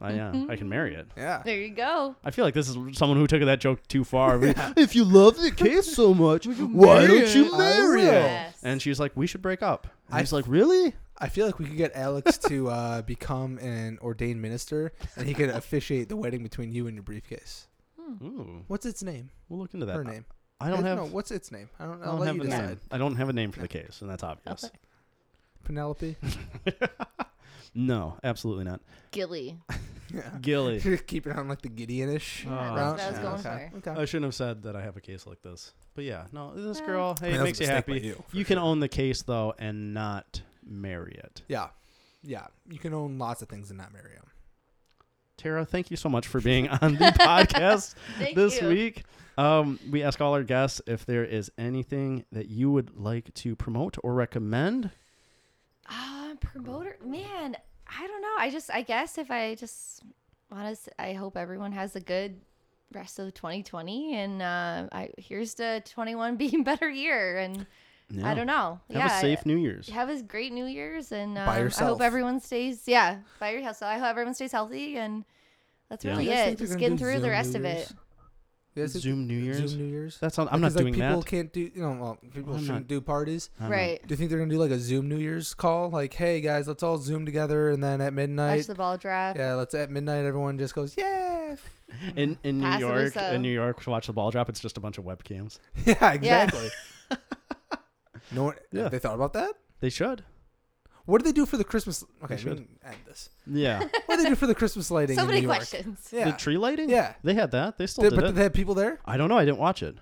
B: I, yeah, I can marry it.
D: Yeah.
C: There you go.
B: I feel like this is someone who took that joke too far. We-
A: If you love the case so much, why don't you marry
D: will.
A: it?
C: Yes.
B: And she's like, "We should break up." And
D: I-
B: he's like, "Really?"
D: I feel like we could get Alex to uh, become an ordained minister, and he could officiate the wedding between you and your briefcase.
B: Ooh,
D: What's its name?
B: we'll look into that.
D: Her name.
B: I don't have.
D: No, what's its name? I don't.
B: I
D: I'll
B: don't
D: let
B: have
D: you
B: a
D: decide.
B: name. I don't have a name for the case, and that's obvious.
C: Okay.
D: Penelope.
B: No, absolutely not.
C: Gilly.
B: Oh.
D: yeah.
B: Gilly.
D: Keep it on like the Gideonish.
B: Oh,
C: Yeah,
D: route.
C: that's what I was
B: yeah. Oh,
C: going
D: okay.
C: for.
D: Okay.
B: I shouldn't have said that I have a case like this. But yeah, no, this
C: Well.
B: girl, hey,
D: I mean,
B: it
D: that was
B: makes
D: a
B: you
D: mistake by
B: happy.
D: for
B: You can
D: sure.
B: own the case though and not marry it.
D: Yeah. Yeah. You can own lots of things and not marry them.
B: Tara, thank you so much for being on the podcast
C: Thank
B: this
C: you.
B: week. Um, we ask all our guests if there is anything that you would like to promote or recommend.
C: Um, promoter, man, I don't know. I just, I guess if I just honest, I hope everyone has a good rest of 2020, and uh, I here's to 21 being better year, and I don't know.
B: Have
C: yeah,
B: a safe New Year's.
C: have a great New Year's, and um,
D: By
C: I
D: yourself.
C: hope everyone stays, yeah, by yourself. So I hope everyone stays healthy, and that's
B: Yeah.
C: really
D: You guys
C: it.
D: think they're
C: Just
D: gonna
C: getting
D: do
C: Oh, through
D: Zoom
C: the rest
D: New
C: of
D: Year's?
C: it.
D: You guys think
B: Zoom New Year's.
D: Zoom New Year's.
B: That's not, I'm not
D: 'Cause, like,
B: doing
D: people
B: that.
D: can't do. You know, well, people
B: I'm
D: shouldn't
B: not-
D: do parties.
B: I'm not-
C: right.
D: Do you think they're gonna do like a Zoom New Year's call? Like, hey guys, let's all Zoom together, and then at
C: Watch
D: midnight,
C: the ball drop.
D: yeah, let's at midnight, everyone just goes, yeah,
B: In in New
C: Passively
B: York,
C: so.
B: in New York, to watch the ball drop, it's just a bunch of webcams.
D: yeah, exactly. no one,
B: Yeah.
D: they thought about that.
B: They should.
D: What do they do for the Christmas? Okay, we
B: should.
D: can end this.
B: Yeah.
D: What do they do for the Christmas lighting?
C: So
D: in
C: many
D: New York?
C: questions.
D: Yeah,
B: The tree lighting?
D: Yeah.
B: They had that. They still
D: Did-
B: did
D: but
B: it.
D: did they have people there?
B: I don't know. I didn't watch it.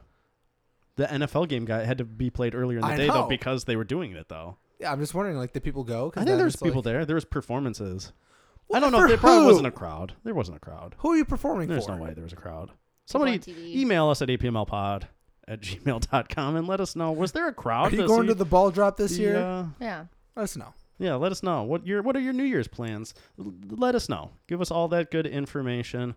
B: The NFL game got had to be played earlier in the
D: I
B: day
D: know.
B: though because they were doing it though.
D: Yeah, I'm just wondering, like, did people go? 'Cause
B: I
D: then
B: think there's
D: it's
B: people
D: like,
B: there. There was performances. I
D: Well,
B: don't know.
D: for
B: There probably
D: who?
B: wasn't a crowd. There wasn't a crowd.
D: Who are you performing
B: There's
D: for?
B: no way there was a crowd.
C: on
B: Somebody
C: TV.
B: email us at apmlpod at gmail.com and let us know. Was there a crowd?
D: Are you
B: to
D: going
B: see
D: to the ball drop this
B: the,
D: year?
B: uh,
C: Yeah.
D: Let us know.
B: Yeah, let us know. What your what are your New Year's plans? L- let us know. Give us all that good information.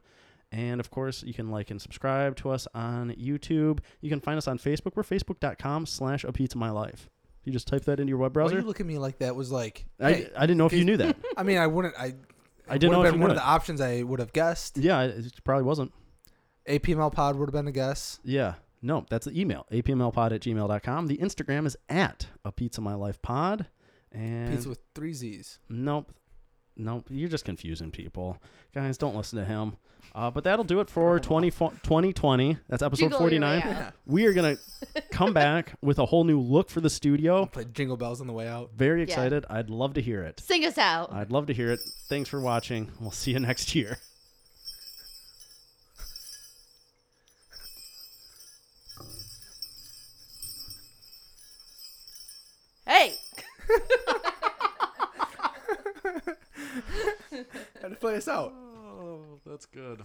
B: And of course, you can like and subscribe to us on YouTube. You can find us on Facebook. We're facebook.com slash a pizza my life. You just type that into your web
D: Why
B: browser.
D: you look at me like that was like.
B: I,
D: hey,
B: I didn't know if you knew that.
D: I mean, I wouldn't. I.
B: I didn't know
D: would've
B: if you
D: been one
B: knew
D: of
B: it.
D: the options I would have guessed.
B: Yeah, it it probably wasn't.
D: APML pod would have been a guess.
B: Yeah. No, that's the email. apmlpod at gmail.com. The Instagram is at a pizza my life pod. And
D: Pizza with three Z's.
B: Nope. Nope. You're just confusing people. Guys, don't listen to him. Uh, but that'll do it for 20, fo- 2020. That's episode
C: Jiggle your way
B: 49.
C: out.
D: Yeah.
B: We are going to come back with a whole new look for the studio.
D: Play Jingle Bells on the way out.
B: Very
C: Yeah.
B: excited. I'd love to hear it.
C: Sing us out.
B: I'd love to hear it. Thanks for watching. We'll see you next year.
C: Hey.
D: Had to play us out.
B: Oh, that's good.